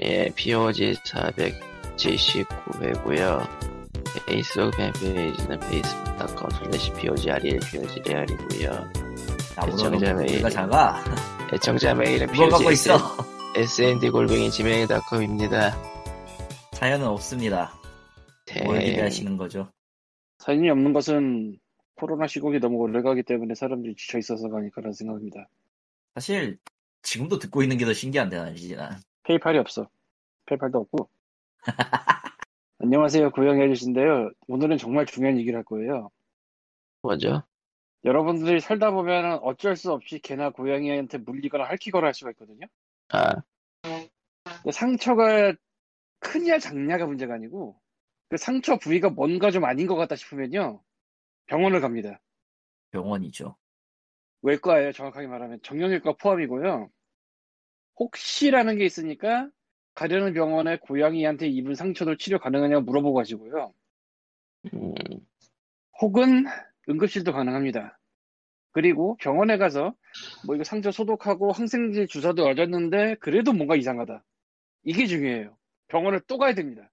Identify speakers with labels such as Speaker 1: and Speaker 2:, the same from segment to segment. Speaker 1: 예, POG 479회고요. 페이스북 팬페이지는 facebook.com slash POG REL POG REAL이고요. 그쵸,
Speaker 2: 나보다
Speaker 1: 그쵸.
Speaker 2: 너가 작아.
Speaker 1: 애청자 메일은
Speaker 2: 누가 뭐 갖고 있어?
Speaker 1: snd골뱅이 지메일.com입니다.
Speaker 2: 사연은 없습니다.
Speaker 1: 예.
Speaker 2: 뭘 기대하시는 거죠?
Speaker 3: 사연이 없는 것은 코로나 시국이 너무 오래가기 때문에 사람들이 지쳐 있어서 가니까라는 생각입니다.
Speaker 2: 사실 지금도 듣고 있는 게 더 신기한데 난지난
Speaker 3: 페이팔이 없어. 페이팔도 없고. 안녕하세요. 고양이 아저씨인데요. 오늘은 정말 중요한 얘기를 할 거예요.
Speaker 1: 뭐죠?
Speaker 3: 여러분들이 살다 보면 어쩔 수 없이 개나 고양이한테 물리거나 핥히거나 할 수가 있거든요.
Speaker 1: 아,
Speaker 3: 근데 상처가 크냐 작냐가 문제가 아니고 그 상처 부위가 뭔가 좀 아닌 것 같다 싶으면요. 병원을 갑니다.
Speaker 2: 병원이죠.
Speaker 3: 외과예요. 정확하게 말하면 정형외과 포함이고요. 혹시라는 게 있으니까 가려는 병원에 고양이한테 입은 상처를 치료 가능하냐고 물어보고 가시고요.
Speaker 1: 음,
Speaker 3: 혹은 응급실도 가능합니다. 그리고 병원에 가서 뭐 이거 상처 소독하고 항생제 주사도 맞았는데 그래도 뭔가 이상하다. 이게 중요해요. 병원을 또 가야 됩니다.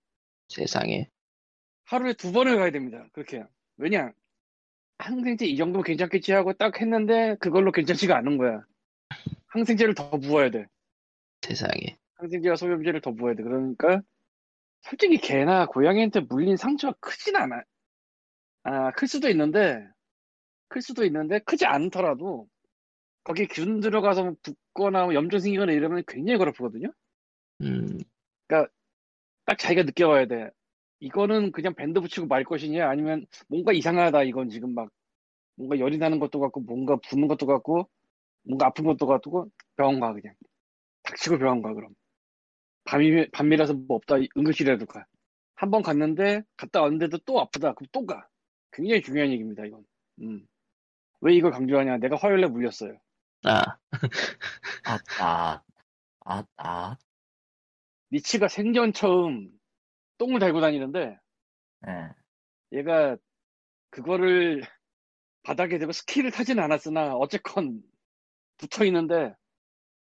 Speaker 1: 세상에.
Speaker 3: 하루에 두 번을 가야 됩니다. 그렇게. 왜냐? 항생제 이 정도면 괜찮겠지 하고 딱 했는데 그걸로 괜찮지가 않은 거야. 항생제를 더 부어야 돼.
Speaker 1: 세상에.
Speaker 3: 항생제와 소염제를 더 부어야 돼. 그러니까 솔직히 개나 고양이한테 물린 상처가 크진 않아. 아, 클 수도 있는데, 클 수도 있는데 크지 않더라도 거기에 균 들어가서 뭐 붓거나 뭐 염증 생기거나 이러면 굉장히 거라프거든요.
Speaker 1: 음,
Speaker 3: 딱 자기가 느껴봐야 돼. 이거는 그냥 밴드 붙이고 말 것이냐, 아니면 뭔가 이상하다. 이건 지금 막 뭔가 열이 나는 것도 같고, 뭔가 부는 것도 같고, 뭔가 아픈 것도 같고, 병원 가 그냥. 닥치고 병원 가 그럼. 밤이 밤이라서 뭐 없다. 응급실이라도 가. 한 번 갔는데 갔다 왔는데도 또 아프다. 그럼 또 가. 굉장히 중요한 얘기입니다. 이건. 음. 왜 이걸 강조하냐? 내가 화요일에 물렸어요.
Speaker 1: 아,
Speaker 2: 아, 아, 아, 아,
Speaker 3: 니치가 생전 처음 똥을 달고 다니는데
Speaker 2: 예.
Speaker 3: 얘가 그거를 바닥에 대고 스키를 타진 않았으나 어쨌건 붙어 있는데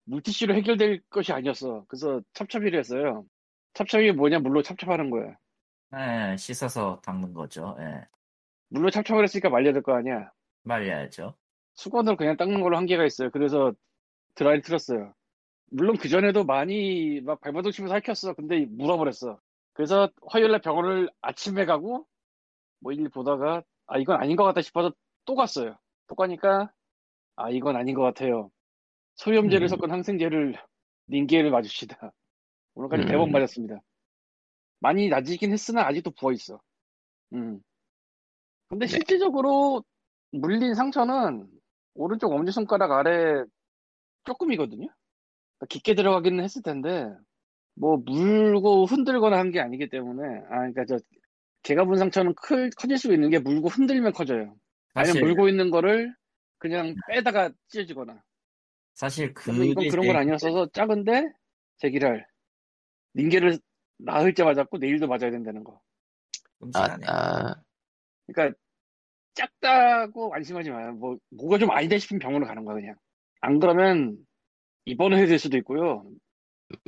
Speaker 3: 물티슈로 해결될 것이 아니었어. 그래서 찹찹이를 했어요. 찹찹이 뭐냐? 물로 찹찹하는 거야.
Speaker 2: 예, 씻어서 닦는 거죠. 예.
Speaker 3: 물로 찹찹을 했으니까 말려야 될 거 아니야.
Speaker 2: 말려야죠.
Speaker 3: 수건으로 그냥 닦는 걸로 한계가 있어요. 그래서 드라이를 틀었어요. 물론 그전에도 많이 막 발버둥 치면서 핥혔어. 근데 물어버렸어. 그래서 화요일날 병원을 아침에 가고 뭐 일 보다가 아 이건 아닌 것 같다 싶어서 또 갔어요. 또 가니까 아 이건 아닌 것 같아요. 소염제를
Speaker 1: 음.
Speaker 3: 섞은 항생제를 링겔을 맞읍시다. 오늘까지
Speaker 1: 음.
Speaker 3: 대번 맞았습니다. 많이 낮이긴 했으나 아직도 부어있어. 음. 근데
Speaker 1: 네.
Speaker 3: 실질적으로 물린 상처는 오른쪽 엄지손가락 아래 조금이거든요? 그러니까 깊게 들어가기는 했을 텐데, 뭐, 물고 흔들거나 한 게 아니기 때문에, 아, 그러니까 저, 개가 본 상처는 클, 커질 수 있는 게 물고 흔들면 커져요. 아니면
Speaker 2: 사실,
Speaker 3: 물고 있는 거를 그냥 빼다가 찢어지거나.
Speaker 2: 사실 그,
Speaker 3: 근데 이건 그런 건 아니었어서 작은데, 제기랄. 링겔을 나흘째 맞았고, 내일도 맞아야 된다는 거.
Speaker 1: 아,
Speaker 2: 끔찍하네.
Speaker 1: 아,
Speaker 3: 그러니까 작다고 안심하지 마요. 뭐 뭐가 좀 아니다 싶으면 병원을 가는 거야 그냥. 안 그러면 입원을 해야 될 수도 있고요.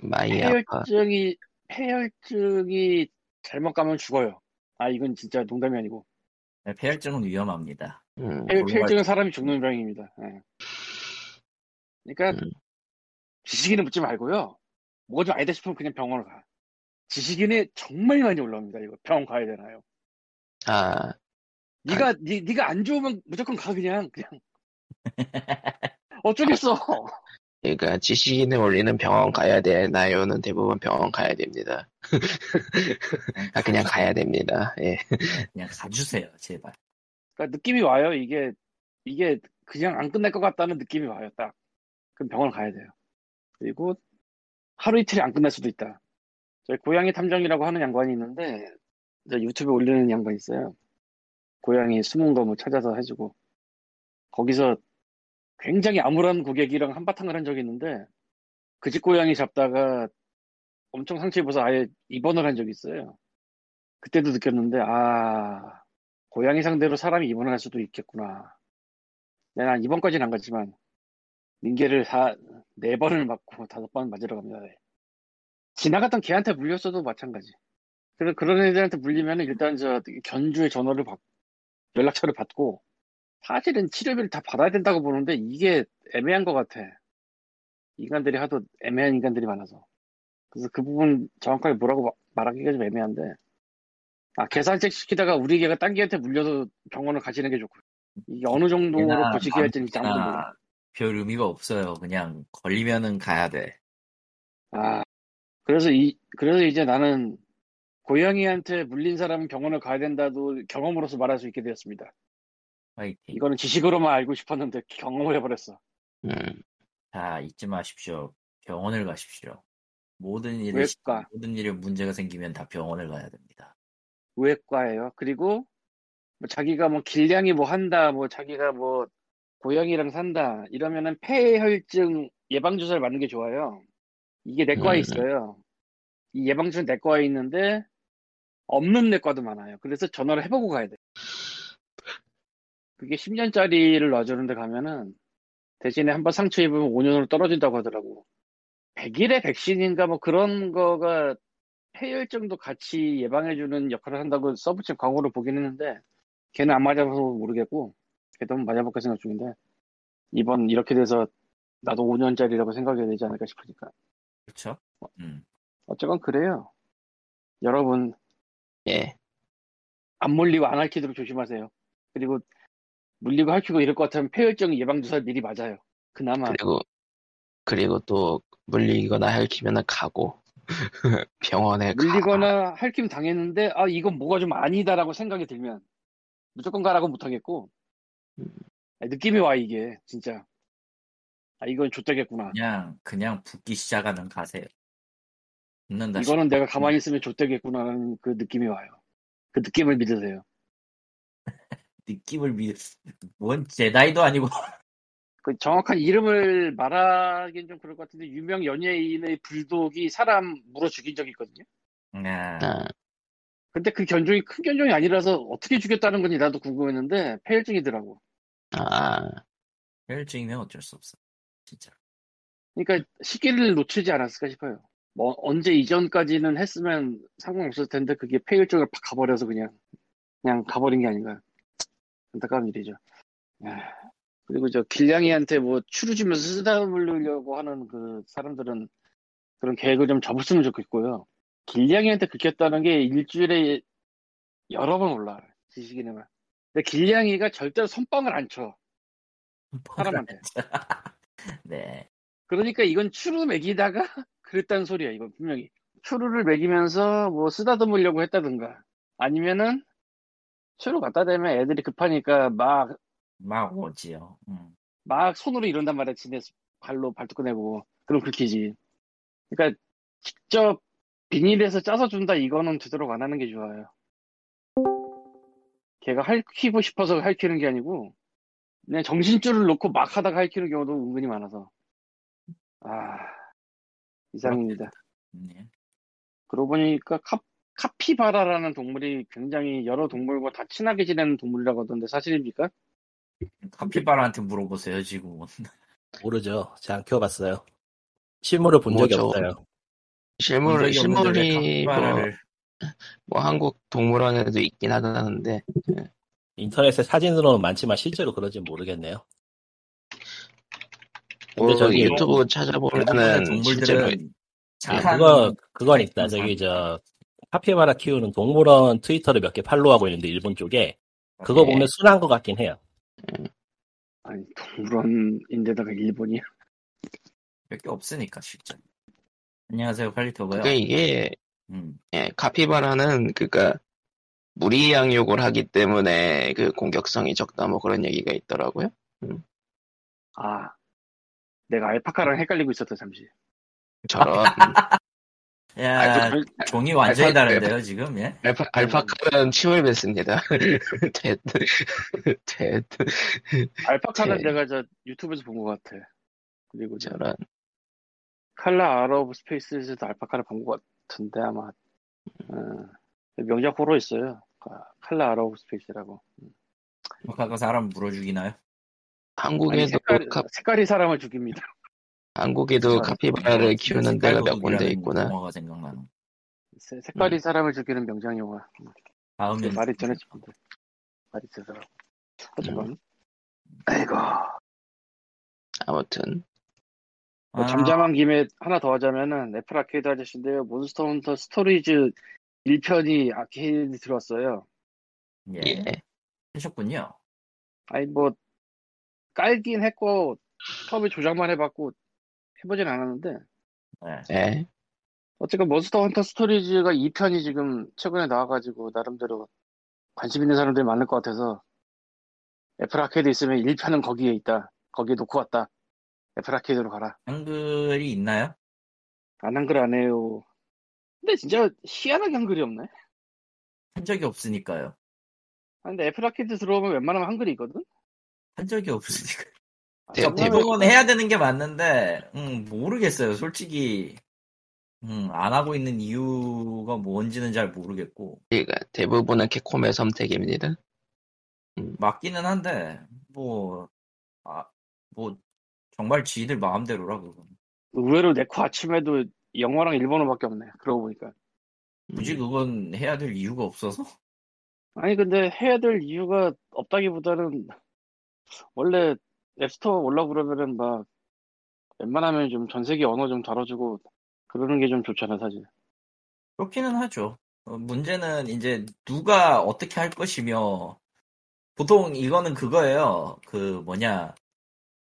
Speaker 1: 많이 아파.
Speaker 3: 폐혈증이 폐혈증이 잘못 가면 죽어요. 아 이건 진짜 농담이 아니고
Speaker 2: 네, 폐혈증은 위험합니다.
Speaker 1: 음,
Speaker 3: 폐,
Speaker 2: 몰라요.
Speaker 3: 혈증은 그 사람이 죽는 병입니다. 예. 그러니까
Speaker 1: 음.
Speaker 3: 지식인은 묻지 말고요. 뭐가 좀 아니다 싶으면 그냥 병원을 가. 지식인에 정말 많이 올라옵니다. 이거 병원 가야 되나요?
Speaker 1: 아,
Speaker 3: 네가 네, 네가 안 좋으면 무조건 가 그냥 그냥 어쩌겠어.
Speaker 1: 그러니까 지식인의 원리는 병원 가야 되나요는 대부분 병원 가야 됩니다. 아, 그냥 가야 됩니다. 예.
Speaker 2: 예, 그냥 가주세요, 제발.
Speaker 3: 그러니까 느낌이 와요. 이게 이게 그냥 안 끝날 것 같다는 느낌이 와요. 딱. 그럼 병원 가야 돼요. 그리고 하루 이틀이 안 끝날 수도 있다. 저희 고양이 탐정이라고 하는 양반이 있는데 저 유튜브에 올리는 양반 이 있어요. 고양이 숨은 거 뭐 찾아서 해주고 거기서 굉장히 암울한 고객이랑 한바탕을 한 적이 있는데 그 집 고양이 잡다가 엄청 상처 입어서 아예 입원을 한 적이 있어요. 그때도 느꼈는데 아 고양이 상대로 사람이 입원을 할 수도 있겠구나. 내가 난 이번까지는 안 갔지만 링겔을 다 네 번을 맞고 다섯 번 맞으러 갑니다. 네. 지나갔던 걔한테 물렸어도 마찬가지. 그래 그런 애들한테 물리면 일단 저 견주의 전화를 받, 연락처를 받고 사실은 치료비를 다 받아야 된다고 보는데 이게 애매한 것 같아. 인간들이 하도 애매한 인간들이 많아서. 그래서 그 부분 정확하게 뭐라고 마- 말하기가 좀 애매한데. 아, 계산책 시키다가 우리 개가 딴 개한테 물려서 병원을 가시는 게 좋고. 이게 어느 정도로
Speaker 2: 얘나
Speaker 3: 거시기 할지 는 아무도 몰라.
Speaker 2: 아, 별 의미가 없어요. 그냥 걸리면은 가야 돼.
Speaker 3: 아, 그래서 이, 그래서 이제 나는 고양이한테 물린 사람은 병원을 가야 된다도 경험으로서 말할 수 있게 되었습니다.
Speaker 2: 파이팅.
Speaker 3: 이거는 지식으로만 알고 싶었는데 경험을 해버렸어.
Speaker 1: 음,
Speaker 2: 자 잊지 마십시오. 병원을 가십시오. 모든 일에
Speaker 3: 외과.
Speaker 2: 모든 일에 문제가 생기면 다 병원을 가야 됩니다.
Speaker 3: 외과예요. 그리고 뭐 자기가 뭐 길냥이 뭐 한다, 뭐 자기가 뭐 고양이랑 산다 이러면은 폐혈증 예방 주사를 맞는 게 좋아요. 이게 내과에
Speaker 1: 음.
Speaker 3: 있어요. 이 예방 주사 는 내과에 있는데 없는 내과도 많아요. 그래서 전화를 해보고 가야 돼. 그게 10년짜리를 놔주는데 가면은 대신에 한번 상처 입으면 5년으로 떨어진다고 하더라고. 100일의 백신인가 뭐 그런 거가 폐혈증도 같이 예방해주는 역할을 한다고 써붙인 광고를 보긴 했는데 걔는 안 맞아서 모르겠고 걔도 한번 맞아볼까 생각 중인데 이번 이렇게 돼서 나도 5년짜리라고 생각해야 되지 않을까 싶으니까
Speaker 2: 그렇죠?
Speaker 3: 뭐
Speaker 2: 음.
Speaker 3: 어쨌건 그래요 여러분
Speaker 1: 예.
Speaker 3: 안 물리고 안 앓히도록 조심하세요 그리고 물리고 핥히고 이럴 것 같으면 폐혈증 예방주사 미리 맞아요 그나마
Speaker 1: 그리고 그리고 또 물리거나 핥히면 가고 병원에 네, 가.
Speaker 3: 물리거나 핥힘 당했는데 아 이건 뭐가 좀 아니다라고 생각이 들면 무조건 가라고 못하겠고 아, 느낌이 와 이게 진짜 아 이건 좆되겠구나
Speaker 2: 그냥 그냥 붓기 시작하는 가세요.
Speaker 1: 네,
Speaker 2: 붓는다.
Speaker 3: 이거는 내가 가만히 있으면 좆되겠구나라는 그 느낌이 와요 그 느낌을 믿으세요
Speaker 2: 느낌을 믿. 뭔 제다이도 아니고.
Speaker 3: 그 정확한 이름을 말하기는 좀 그럴 것 같은데 유명 연예인의 불독이 사람 물어 죽인 적이 있거든요
Speaker 2: 아,
Speaker 1: 아,
Speaker 3: 근데 그 견종이 큰 견종이 아니라서 어떻게 죽였다는 건지 나도 궁금했는데 폐혈증이더라고
Speaker 1: 아,
Speaker 2: 혈증이면 어쩔 수 없어. 진짜.
Speaker 3: 그러니까 시기를 놓치지 않았을까 싶어요. 뭐 언제 이전까지는 했으면 상관없을 텐데 그게 폐혈증을 팍 가버려서 그냥 그냥 가버린 게 아닌가 안타까운 일이죠. 아, 그리고 저 길냥이한테 뭐 추루 주면서 쓰다물려고 하는 그 사람들은 그런 계획을 좀 접었으면 좋겠고요. 길냥이한테 긁혔다는 게 일주일에 여러 번 올라와요. 지식인에만. 근데 길냥이가 절대로 선빵을 안 쳐. 사람한테.
Speaker 2: 네.
Speaker 3: 그러니까 이건 추루 먹이다가 그랬다는 소리야, 이건 분명히. 추루를 먹이면서 뭐 쓰다듬으려고 했다든가, 아니면은 추루 갖다 대면 애들이 급하니까 막,
Speaker 2: 막
Speaker 3: 뭐
Speaker 2: 오지요. 음.
Speaker 3: 막 손으로 이런단 말이야, 지네 발로 발톱 꺼내고. 그럼 긁히지. 그러니까 직접 비닐에서 짜서 준다, 이거는 되도록 안 하는 게 좋아요. 걔가 핥히고 싶어서 핥히는 게 아니고, 그냥 정신줄을 놓고 막 하다가 핥히는 경우도 은근히 많아서. 아, 이상입니다.
Speaker 2: 네.
Speaker 3: 그러고 보니까 카, 카피바라라는 동물이 굉장히 여러 동물과 다 친하게 지내는 동물이라고 하던데 사실입니까?
Speaker 2: 카피바라한테 물어보세요 지금.
Speaker 4: 모르죠. 제가 안 키워봤어요. 실물을 본 적이
Speaker 1: 뭐죠?
Speaker 4: 없어요.
Speaker 1: 실물
Speaker 2: 본 적이 없는데 왜
Speaker 1: 실물이 뭐,
Speaker 2: 카피바라를
Speaker 1: 뭐 한국 동물원에도 있긴 하다는데
Speaker 4: 인터넷에 사진으로는 많지만 실제로 그런지는 모르겠네요. 근데
Speaker 1: 뭐
Speaker 4: 저기
Speaker 1: 유튜브
Speaker 2: 대부분의
Speaker 1: 찾아보면은 실제로
Speaker 2: 어, 그 동물들은
Speaker 4: 아,
Speaker 2: 착한
Speaker 4: 그거, 그건 있다.
Speaker 2: 항상.
Speaker 4: 저기, 저, 카피바라 키우는 동물원 트위터를 몇 개 팔로우하고 있는데, 일본 쪽에. 그거
Speaker 1: 예.
Speaker 4: 보면 순한 것 같긴 해요.
Speaker 3: 아니 동물원인데다가 일본이야?
Speaker 2: 몇 개 없으니까 실제. 안녕하세요 팔리터고요.
Speaker 1: 그러니까 이게
Speaker 2: 음.
Speaker 1: 예, 카피바라는 그니까 무리 양육을 하기 때문에 그 공격성이 적다 뭐 그런 얘기가 있더라고요.
Speaker 3: 아 내가 알파카랑 헷갈리고 있었다 잠시
Speaker 2: 아,
Speaker 1: 저런 음.
Speaker 2: 야
Speaker 1: 아, 그-
Speaker 2: 종이 완전히
Speaker 1: 알파고예요.
Speaker 2: 다른데요 지금 예.
Speaker 1: 알파, 알파카는 침을 뱉습니다. 됐, 됐,
Speaker 3: 알파카는
Speaker 1: 제-
Speaker 3: 내가 저 유튜브에서 본 것 같아 그리고 저
Speaker 1: 저런.
Speaker 3: 칼라 아러브 스페이스에서도 알파카를 본 것 같은데 아마 어, 명작 호러 있어요 아, 칼라 아러브 스페이스라고
Speaker 2: 아까 그뭐 사람 물어 죽이나요?
Speaker 3: 아니,
Speaker 1: 한국에도
Speaker 3: 색깔,
Speaker 1: 카,
Speaker 3: 색깔이 사람을 죽입니다
Speaker 1: 한국에도 카피바라를 키우는 데가 몇 군데
Speaker 2: 색깔고독이라는
Speaker 1: 있구나.
Speaker 2: 영화가 생각나는.
Speaker 3: 세-
Speaker 1: 음.
Speaker 3: 색깔이 사람을 죽이는 명장 영화. 그
Speaker 2: 다음 연
Speaker 3: 말이 전에 죽는데. 말이 세더라. 하지만
Speaker 1: 음.
Speaker 3: 아이고
Speaker 1: 아무튼
Speaker 3: 뭐
Speaker 2: 아,
Speaker 3: 잠잠한 김에 하나 더 하자면은 애플 아케이드 아저씨인데요. 몬스터 헌터 스토리즈 1편이 아케이드 들어왔어요.
Speaker 2: 예.
Speaker 1: 예.
Speaker 2: 하셨군요.
Speaker 3: 아니 뭐 깔긴 했고 처음에 조작만 해봤고 해보진 않았는데
Speaker 2: 네.
Speaker 1: 예.
Speaker 3: 어쨌건 몬스터 헌터 스토리즈가 2편이 지금 최근에 나와가지고 나름대로 관심 있는 사람들이 많을 것 같아서 애플 아케이드 있으면 1편은 거기에 있다 거기에 놓고 왔다 애플 아케이드로 가라
Speaker 2: 한글이 있나요?
Speaker 3: 안 한글 안 해요 근데 진짜 희한하게 한글이 없네
Speaker 2: 한 적이 없으니까요.
Speaker 3: 아, 근데 애플 아케이드 들어오면 웬만하면 한글이 있거든
Speaker 2: 한 적이 없으니까.
Speaker 3: 아,
Speaker 1: 대-
Speaker 3: 웬만하면
Speaker 2: 접속은 해야 되는 게 맞는데, 음, 모르겠어요. 솔직히, 음, 안 하고 있는 이유가 뭔지는 잘 모르겠고,
Speaker 1: 그러니까 대부분은 캡콤의 선택입니다. 음,
Speaker 2: 맞기는 한데, 뭐, 아, 뭐, 정말 지들 마음대로라, 그건.
Speaker 3: 의외로 네코 아침에도 영어랑 일본어밖에 없네 그러고 보니까
Speaker 2: 굳이
Speaker 1: 음.
Speaker 2: 그건 해야 될 이유가 없어서?
Speaker 3: 아니 근데 해야 될 이유가 없다기보다는 원래 앱스토어 올라 그러면은 막 웬만하면 좀 전 세계 언어 좀 다뤄주고 그러는 게 좀 좋잖아 사실.
Speaker 2: 그렇기는 하죠. 어, 문제는 이제 누가 어떻게 할 것이며, 보통 이거는 그거예요. 그 뭐냐.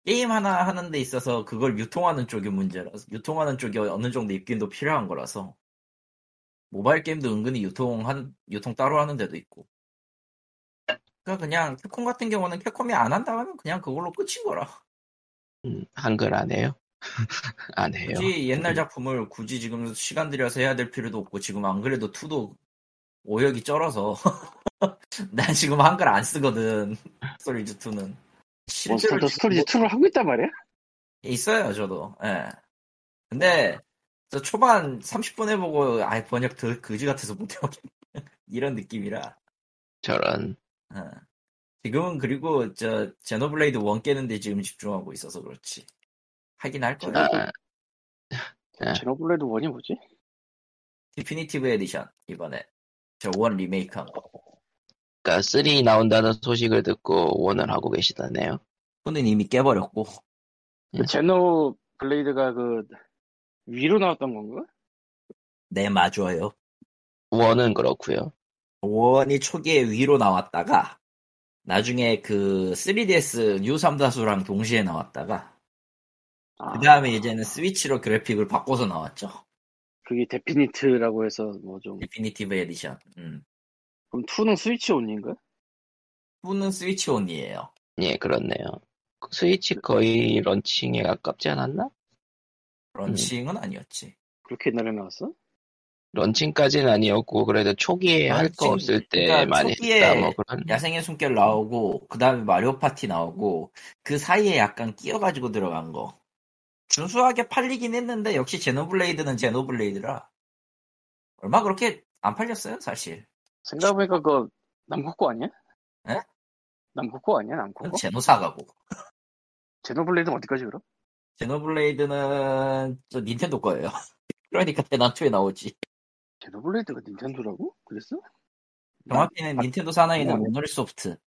Speaker 2: 게임 하나 하는 데 있어서 그걸 유통하는 쪽이 문제라서, 유통하는 쪽이 어느 정도 입김도 필요한 거라서. 모바일 게임도 은근히 유통한, 유통 따로 하는 데도 있고. 그러니까 그냥 캡콤 같은 경우는 캡콤이 안 한다 하면 그냥 그걸로 끝인 거라.
Speaker 1: 음, 한글 안 해요? 안 해요.
Speaker 2: 굳이 옛날 작품을 굳이 지금 시간 들여서 해야 될 필요도 없고 지금 안 그래도 투도 오역이 쩔어서 난 지금 한글 안 쓰거든 스토리즈 2는
Speaker 3: 몬스터 헌터 스토리즈
Speaker 2: 뭐
Speaker 3: 2를 하고 있단 말이야?
Speaker 2: 있어요 저도 예 근데 저 초반 30분 해보고 아이 번역 더 그지 같아서 못해먹겠 이런 느낌이라
Speaker 1: 저런
Speaker 2: 예. 지금은 그리고 저 제노블레이드 1 깨는데 지금 집중하고 있어서 그렇지 하긴 할 거예요
Speaker 1: 아, 네.
Speaker 3: 제노블레드 1이 뭐지?
Speaker 2: 디피니티브 에디션 이번에 저 원 리메이크한 거
Speaker 1: 그러니까 3 나온다는 소식을 듣고 원을 하고 계시다네요.
Speaker 2: 후는 이미 깨버렸고
Speaker 1: 음.
Speaker 3: 제노블레이드가 그 위로 나왔던 건가?
Speaker 2: 네 맞아요
Speaker 1: 원은 그렇고요.
Speaker 2: 원이 초기에 위로 나왔다가 나중에 그 3DS 뉴 삼다수랑 동시에 나왔다가
Speaker 3: 아,
Speaker 2: 그 다음에 이제는 스위치로 그래픽을 바꿔서 나왔죠
Speaker 3: 그게 데피니트라고 해서 뭐 좀
Speaker 2: 디피니티브 에디션 음.
Speaker 3: 그럼 2는 스위치 온인가?
Speaker 2: 후는 스위치 온이에요
Speaker 1: 예, 그렇네요. 스위치 거의 런칭에 가깝지 않았나?
Speaker 2: 음. 런칭은 아니었지
Speaker 3: 그렇게 옛날에 나왔어?
Speaker 1: 런칭까지는 아니었고 그래도 초기에 할 거
Speaker 2: 런칭,
Speaker 1: 없을 때
Speaker 2: 그러니까
Speaker 1: 많이
Speaker 2: 초기에
Speaker 1: 했다 뭐 그런.
Speaker 2: 야생의 숨결 나오고 그 다음에 마리오 파티 나오고 그 사이에 약간 끼어가지고 들어간 거 준수하게 팔리긴 했는데 역시 제노블레이드는 제노블레이드라 얼마 그렇게 안 팔렸어요 사실
Speaker 3: 생각해보니까 그 남코코 아니야?
Speaker 2: 에?
Speaker 3: 남코코 아니야 남코코?
Speaker 2: 제노사가고
Speaker 3: 제노블레이드는 어디까지 그럼?
Speaker 2: 제노블레이드는 저 닌텐도 거예요 그러니까 대난투에 나오지
Speaker 3: 제노블레이드가 닌텐도라고? 그랬어?
Speaker 2: 정확히는
Speaker 3: 아,
Speaker 2: 닌텐도 사나이는
Speaker 3: 아,
Speaker 2: 모노리소프트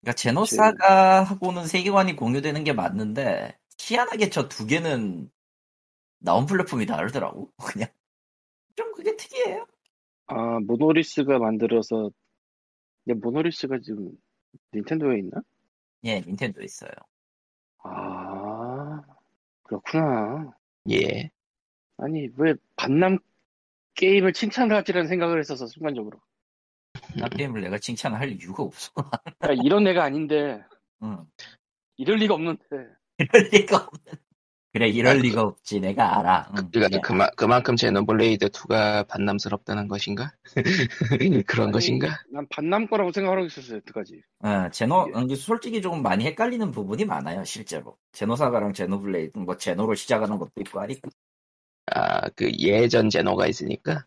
Speaker 2: 그러니까 제노사가 하고는 세계관이 공유되는 게 맞는데 희한하게 저 두 개는 나온 플랫폼이 다르더라고 그냥 좀 그게 특이해요
Speaker 3: 아, 모노리스가 만들어서 근데 모노리스가 지금 닌텐도에 있나?
Speaker 2: 예 닌텐도 있어요
Speaker 3: 아 그렇구나.
Speaker 1: 예.
Speaker 3: 아니 왜 반남 게임을 칭찬을 하지라는 생각을 했었어 순간적으로.
Speaker 2: 나 게임을 내가 칭찬할 이유가 없어
Speaker 3: 그러니까 이런 애가 아닌데
Speaker 2: 응.
Speaker 3: 이럴 리가 없는데
Speaker 2: 이럴 리가 없는 그래 이럴 리가 없지 내가 알아 응, 예.
Speaker 1: 그러니까
Speaker 3: 네.
Speaker 2: 그래.
Speaker 1: 그만, 그만큼 제노블레이드 2가 반남스럽다는 것인가? 그런
Speaker 3: 아니,
Speaker 1: 것인가?
Speaker 3: 난 반남 거라고 생각하고 있었어 여태까지.
Speaker 2: 어, 제노, 어, 솔직히 조금 많이 헷갈리는 부분이 많아요, 실제로. 제노사가랑 제노블레이드, 뭐, 제노로 시작하는 것도 있고 하니까.
Speaker 1: 아, 그 예전 제노가 있으니까.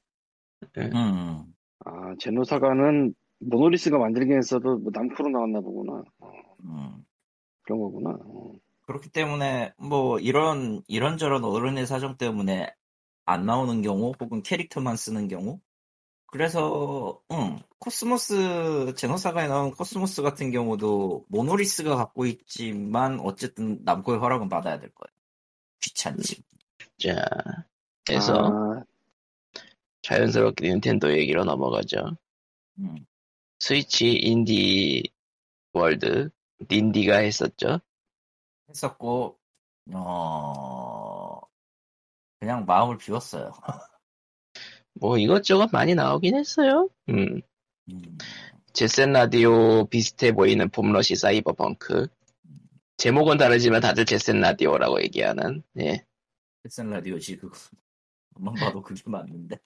Speaker 2: 음.
Speaker 3: 아 제노사가는 모노리스가 만들긴 했어도 뭐 남코로 나왔나 보구나. 어,
Speaker 2: 음.
Speaker 3: 그런 거구나. 어.
Speaker 2: 그렇기 때문에 뭐 이런 이런저런 어른의 사정 때문에 안 나오는 경우 혹은 캐릭터만 쓰는 경우 그래서 응 코스모스 제노사가에 나온 코스모스 같은 경우도 모노리스가 갖고 있지만 어쨌든 남고의 허락은 받아야 될 거예요 귀찮지
Speaker 1: 자, 그래서
Speaker 3: 아,
Speaker 1: 자연스럽게 닌텐도 얘기로 넘어가죠.
Speaker 2: 음.
Speaker 1: 스위치 인디 월드 닌디가 했었죠.
Speaker 2: 했었고 어 그냥 마음을 비웠어요
Speaker 1: 뭐 이것저것 많이 나오긴 했어요. 음,
Speaker 2: 음.
Speaker 1: 제센 라디오 비슷해 보이는 폼러시 사이버펑크. 제목은 다르지만 다들 제센 라디오라고 얘기하는. 예.
Speaker 2: 헬슨 라디오지 그거 한번 봐도 그게 맞는데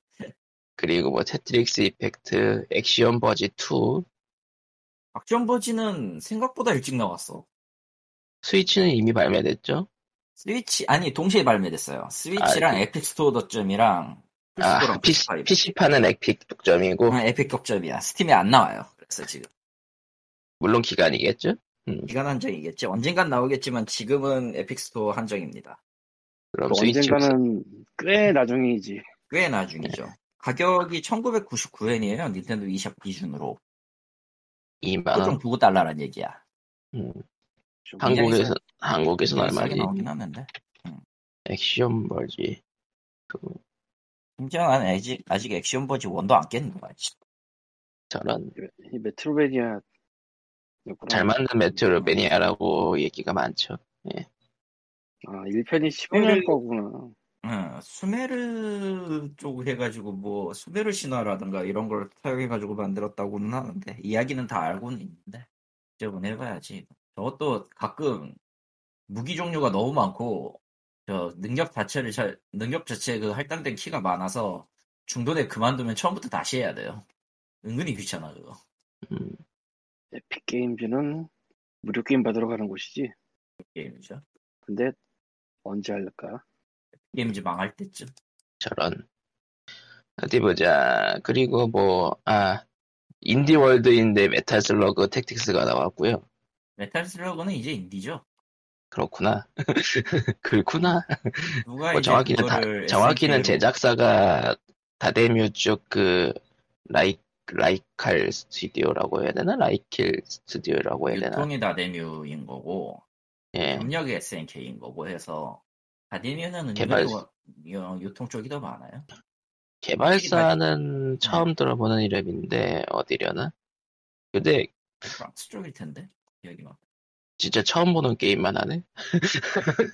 Speaker 1: 그리고 뭐 테트릭스 이펙트, 액션 버지 2.
Speaker 2: 박지원 버지는 생각보다 일찍 나왔어
Speaker 1: 스위치는 이미 발매됐죠.
Speaker 2: 스위치 아니 동시에 발매됐어요. 스위치랑
Speaker 1: 아,
Speaker 2: 에픽 스토어 득점이랑
Speaker 1: 아,
Speaker 2: 플스토랑
Speaker 1: PC,
Speaker 2: 파이브.
Speaker 1: PC판은 액픽 독점이고
Speaker 2: 아, 에픽 득점이야. 스팀에 안 나와요. 그래서 지금
Speaker 1: 물론 기간이겠죠.
Speaker 2: 기간 한정이겠지. 언젠간 나오겠지만 지금은 에픽 스토어 한정입니다.
Speaker 1: 그럼
Speaker 3: 또
Speaker 1: 스위치
Speaker 3: 언젠가는 꽤 나중이지.
Speaker 2: 꽤 나중이죠.
Speaker 1: 네.
Speaker 2: 가격이 1999엔이에요. 닌텐도 이샵 기준으로.
Speaker 1: 2만 원.
Speaker 2: 좀 보고 달라는 얘기야.
Speaker 3: 좀
Speaker 1: 한국에서 한국에서
Speaker 2: 비싸게
Speaker 1: 얼마지?
Speaker 2: 나오긴 하는데.
Speaker 1: 액션 버지.
Speaker 2: 심지어 난 아직, 아직 액션 버지 원도 안 깼는 거야. 씨.
Speaker 1: 저런
Speaker 2: 네.
Speaker 3: 이 메트로베니아
Speaker 1: 잘 만든 메트로베니아라고 얘기가 많죠.
Speaker 3: 아 1편이 15년 거구나.
Speaker 2: 응, 수메르 예, 쪽 해가지고 뭐 수메르 신화라든가 이런 걸 사용해가지고 만들었다고는 하는데 이야기는 다 알고는 있는데 직접은 해봐야지. 저것도 가끔 무기 종류가 너무 많고 저 능력 자체를 잘 능력 자체 그 할당된 키가 많아서 중도에 그만두면 처음부터 다시 해야 돼요. 은근히 귀찮아 그거.
Speaker 1: 음,
Speaker 3: 에픽 게임즈는 무료 게임 받으러 가는 곳이지.
Speaker 2: 게임이죠.
Speaker 3: 근데 언제 할까?
Speaker 2: 게임즈 망할 때쯤.
Speaker 1: 저런. 어디 보자. 그리고 뭐 아 인디 월드인데 메탈 슬러그 택틱스가 나왔고요.
Speaker 2: 메탈 슬러그는 이제 인디죠.
Speaker 1: 그렇구나. 그렇구나.
Speaker 2: 누가
Speaker 1: 뭐
Speaker 2: 이제
Speaker 1: 정확히는 다-
Speaker 2: 그거를
Speaker 1: 정확히는
Speaker 2: SNK 로
Speaker 1: 제작사가 다데뮤 쪽 그 라이 라이칼 스튜디오라고 해야 되나? 라이킬 스튜디오라고 해야 되나?
Speaker 2: 유통이 다데뮤인 거고
Speaker 1: 예.
Speaker 2: 협력이 SNK인 거고 해서 아니면은
Speaker 1: 개발-
Speaker 2: 개발도 유통 쪽이 더 많아요.
Speaker 1: 개발사는 처음 들어보는 이름인데 어디려나? 근데
Speaker 2: 프랑스 쪽일 텐데 여기만.
Speaker 1: 진짜 처음 보는 게임만 하네.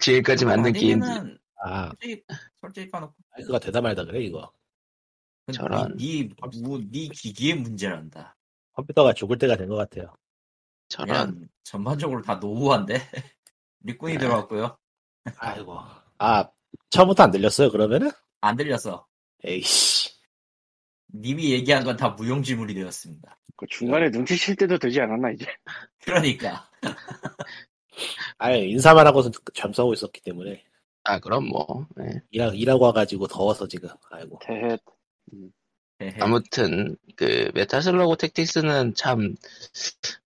Speaker 1: 지금까지 만든 게임
Speaker 2: 아니면은
Speaker 4: 아,
Speaker 2: 솔직히 솔직히 까놓고
Speaker 4: 마이크가 대다 말다 그래, 이거.
Speaker 1: 저런.
Speaker 2: 니니 기기의 문제란다.
Speaker 4: 컴퓨터가 죽을 때가 된 것 같아요.
Speaker 1: 저런
Speaker 2: 그냥 전반적으로 다 노후한데 리꾼이
Speaker 1: 네.
Speaker 2: 들어왔고요.
Speaker 4: 아이고. 아, 처음부터 안 들렸어요, 그러면은?
Speaker 2: 안 들려서
Speaker 4: 에이씨.
Speaker 2: 님이 얘기한 건 다 무용지물이 되었습니다.
Speaker 3: 그 중간에 눈치 챌 때도 되지 않았나 이제?
Speaker 2: 그러니까
Speaker 4: 아예 인사만 하고서 잠수하고 있었기 때문에.
Speaker 1: 아 그럼 뭐 예.
Speaker 4: 일하, 일하고 와가지고 더워서 지금. 아이고.
Speaker 3: 대해
Speaker 2: 에헤.
Speaker 1: 아무튼 그 메타슬러고 택틱스는 참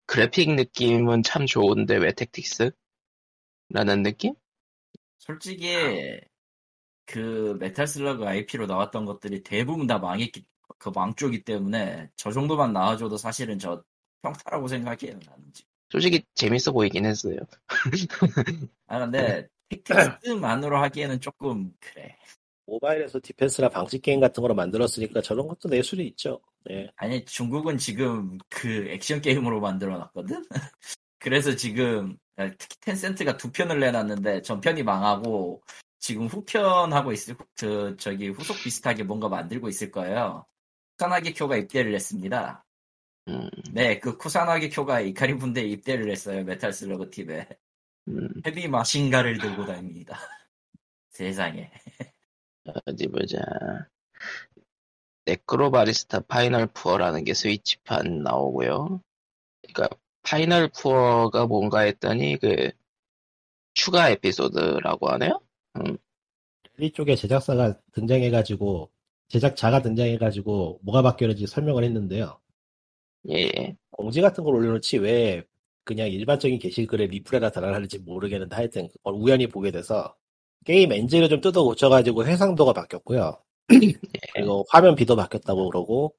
Speaker 1: 그래픽 느낌은 참 좋은데 왜 택틱스? 라는 느낌?
Speaker 2: 솔직히 그 메탈 슬러그 IP로 나왔던 것들이 대부분 다 망했기 그 망조기 때문에 저 정도만 나와줘도 사실은 저 평타라고 생각해요 나는 지금.
Speaker 1: 솔직히 재밌어 보이긴 했어요.
Speaker 2: 아 근데 틱틱스만으로 하기에는 조금 그래.
Speaker 4: 모바일에서 디펜스나 방식 게임 같은 거로 만들었으니까 저런 것도 내술이 있죠. 예.
Speaker 2: 아니 중국은 지금 그 액션 게임으로 만들어놨거든. 그래서 지금 아, 특히 텐센트가 두 편을 내놨는데 전편이 망하고 지금 후편하고 있을 그 저기 후속 비슷하게 뭔가 만들고 있을 거예요. 카나기 쿄가 입대를 했습니다.
Speaker 1: 음,
Speaker 2: 네, 그 쿠사나기 쿄가 이카리 분대에 입대를 했어요. 메탈 슬러그 팀에.
Speaker 1: 음,
Speaker 2: 헤비 마신가를 들고 다닙니다. 세상에.
Speaker 1: 어디 보자. 네크로바리스타 파이널 푸어라는 게 스위치판 나오고요. 그러니까 파이널 푸어가 뭔가 했더니 그 추가 에피소드라고 하네요.
Speaker 4: 이 쪽에 제작사가 등장해가지고, 제작자가 등장해가지고, 뭐가 바뀌었는지 설명을 했는데요.
Speaker 1: 예, 예.
Speaker 4: 공지 같은 걸 올려놓지 왜 그냥 일반적인 게시글에 리플에다 달아날지 모르겠는데 하여튼 그걸 우연히 보게 돼서 게임 엔진을 좀 뜯어 고쳐가지고 해상도가 바뀌었고요. 그리고 화면 비도 바뀌었다고 그러고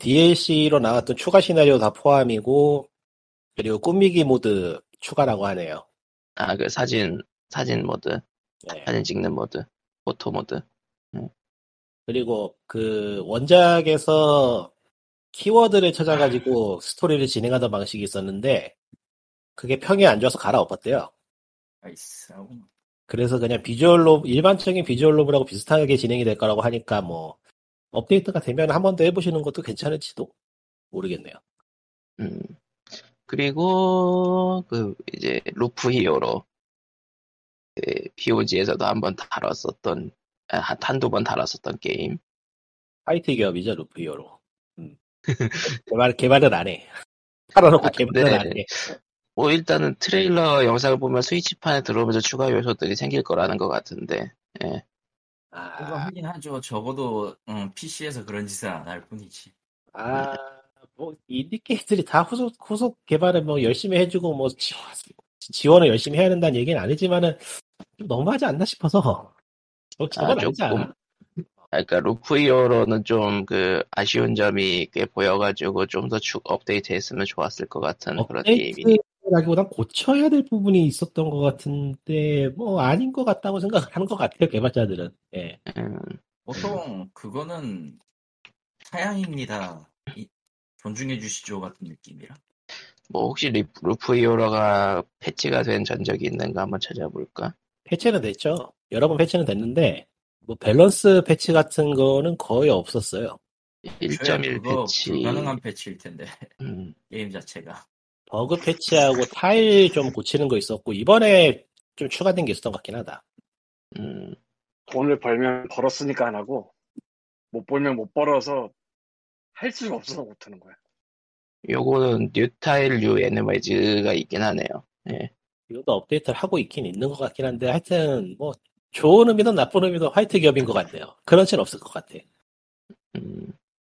Speaker 4: DLC로 나왔던 추가 시나리오 다 포함이고 그리고 꾸미기 모드 추가라고 하네요.
Speaker 1: 아 그 사진 사진 모드
Speaker 4: 예.
Speaker 1: 사진 찍는 모드 포토 모드
Speaker 4: 그리고 그 원작에서 키워드를 찾아가지고 스토리를 진행하던 방식이 있었는데 그게 평이 안 좋아서 갈아엎었대요.
Speaker 2: 아이스.
Speaker 4: 그래서 그냥 비주얼로 일반적인 비주얼 로브라고 비슷하게 진행이 될 거라고 하니까 뭐 업데이트가 되면 한 번 더 해보시는 것도 괜찮을지도 모르겠네요.
Speaker 1: 음 그리고 그 이제 루프 히어로 그 POG에서도 한번 다뤘었던 아, 한- 한두 번 다뤘었던 게임
Speaker 4: 화이트 기업이죠 루프이어로. 음. 개발 개발은 안 해. 팔아놓고
Speaker 1: 아,
Speaker 4: 개발은
Speaker 1: 네.
Speaker 4: 안 해.
Speaker 1: 뭐 일단은 트레일러
Speaker 2: 네.
Speaker 1: 영상을 보면 스위치판에 들어오면서 추가 요소들이 생길 거라는 것 같은데
Speaker 2: 그거
Speaker 4: 아,
Speaker 2: 하긴 하죠. 적어도 PC에서 그런 짓을 안 할 뿐이지.
Speaker 4: 아, 뭐 인디 게임들이 다 후속 후속 개발을 뭐 열심히 해주고 뭐 지원, 지원을 열심히 해야 된다는 얘기는 아니지만은 좀 너무하지 않나 싶어서. 저- 저건
Speaker 1: 아,
Speaker 4: 아니지
Speaker 1: 조금.
Speaker 4: 않아?
Speaker 1: 아, 그러니까 루프 히어로는 좀 그 아쉬운 점이 꽤 보여가지고 좀 더 추 업데이트했으면 좋았을 것 같은 그런 게임이.
Speaker 4: 업데이트라기보단 고쳐야 될 부분이 있었던 것 같은데 뭐 아닌 것 같다고 생각을 하는 것 같아요 개발자들은. 예.
Speaker 1: 음,
Speaker 2: 보통 그거는 사양입니다. 이- 존중해 주시죠 같은 느낌이라.
Speaker 1: 뭐 혹시 리- 루프 히어로가 패치가 된 전적이 있는가 한번 찾아볼까?
Speaker 4: 패치는 됐죠. 여러 번 패치는 됐는데 뭐 밸런스 패치 같은 거는 거의 없었어요.
Speaker 1: 1.1
Speaker 2: 그거
Speaker 1: 패치.
Speaker 2: 불가능한 패치일 텐데
Speaker 1: 음,
Speaker 2: 게임 자체가.
Speaker 4: 버그 패치하고 타일 좀 고치는 거 있었고 이번에 좀 추가된 게 있었던 것 같긴 하다.
Speaker 1: 음,
Speaker 3: 돈을 벌면 벌었으니까 안 하고 못 벌면 못 벌어서 할 수가 없어서 못 하는 거야.
Speaker 1: 요거는 뉴타일 뉴 애니메이즈가 있긴 하네요. 예.
Speaker 4: 이것도 업데이트를 하고 있긴 있는 것 같긴 한데 하여튼 뭐 좋은 의미든 나쁜 의미든 화이트 기업인 것 같네요. 그런 건 없을 것 같아.
Speaker 1: 음,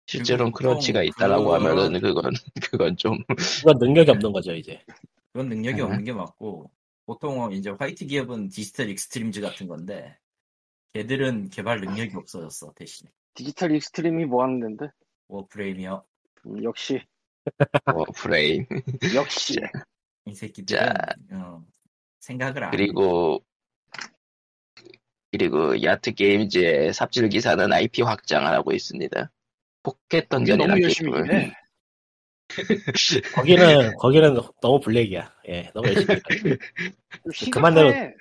Speaker 1: 실제로는
Speaker 2: 보통
Speaker 1: 크런치가 있다라고
Speaker 2: 그거는-
Speaker 1: 하면은 그건 그건 좀
Speaker 4: 그건 능력이 없는 거죠 이제.
Speaker 2: 그건 능력이
Speaker 1: 음.
Speaker 2: 없는 게 맞고 보통은 어, 이제 화이트 기업은 디지털 익스트림즈 같은 건데 걔들은 개발 능력이 없어졌어 대신
Speaker 3: 디지털 익스트림이 뭐 하는 데인데?
Speaker 2: 워프레임이요
Speaker 3: 음, 역시
Speaker 1: 어, 워프레임.
Speaker 3: 역시
Speaker 2: 이 새끼들은 어, 생각을 안 해.
Speaker 1: 그리고 그리고 야트 게임즈의 삽질 기사는 IP 확장을 하고 있습니다. 포켓 던전이라는
Speaker 3: 너무 열심히
Speaker 1: 게임을
Speaker 3: 일해.
Speaker 4: 거기는 거기는 너무 블랙이야. 예, 너무 열심히. 해요.
Speaker 3: 좀
Speaker 2: 네,
Speaker 4: 그만해요.
Speaker 3: 심각해.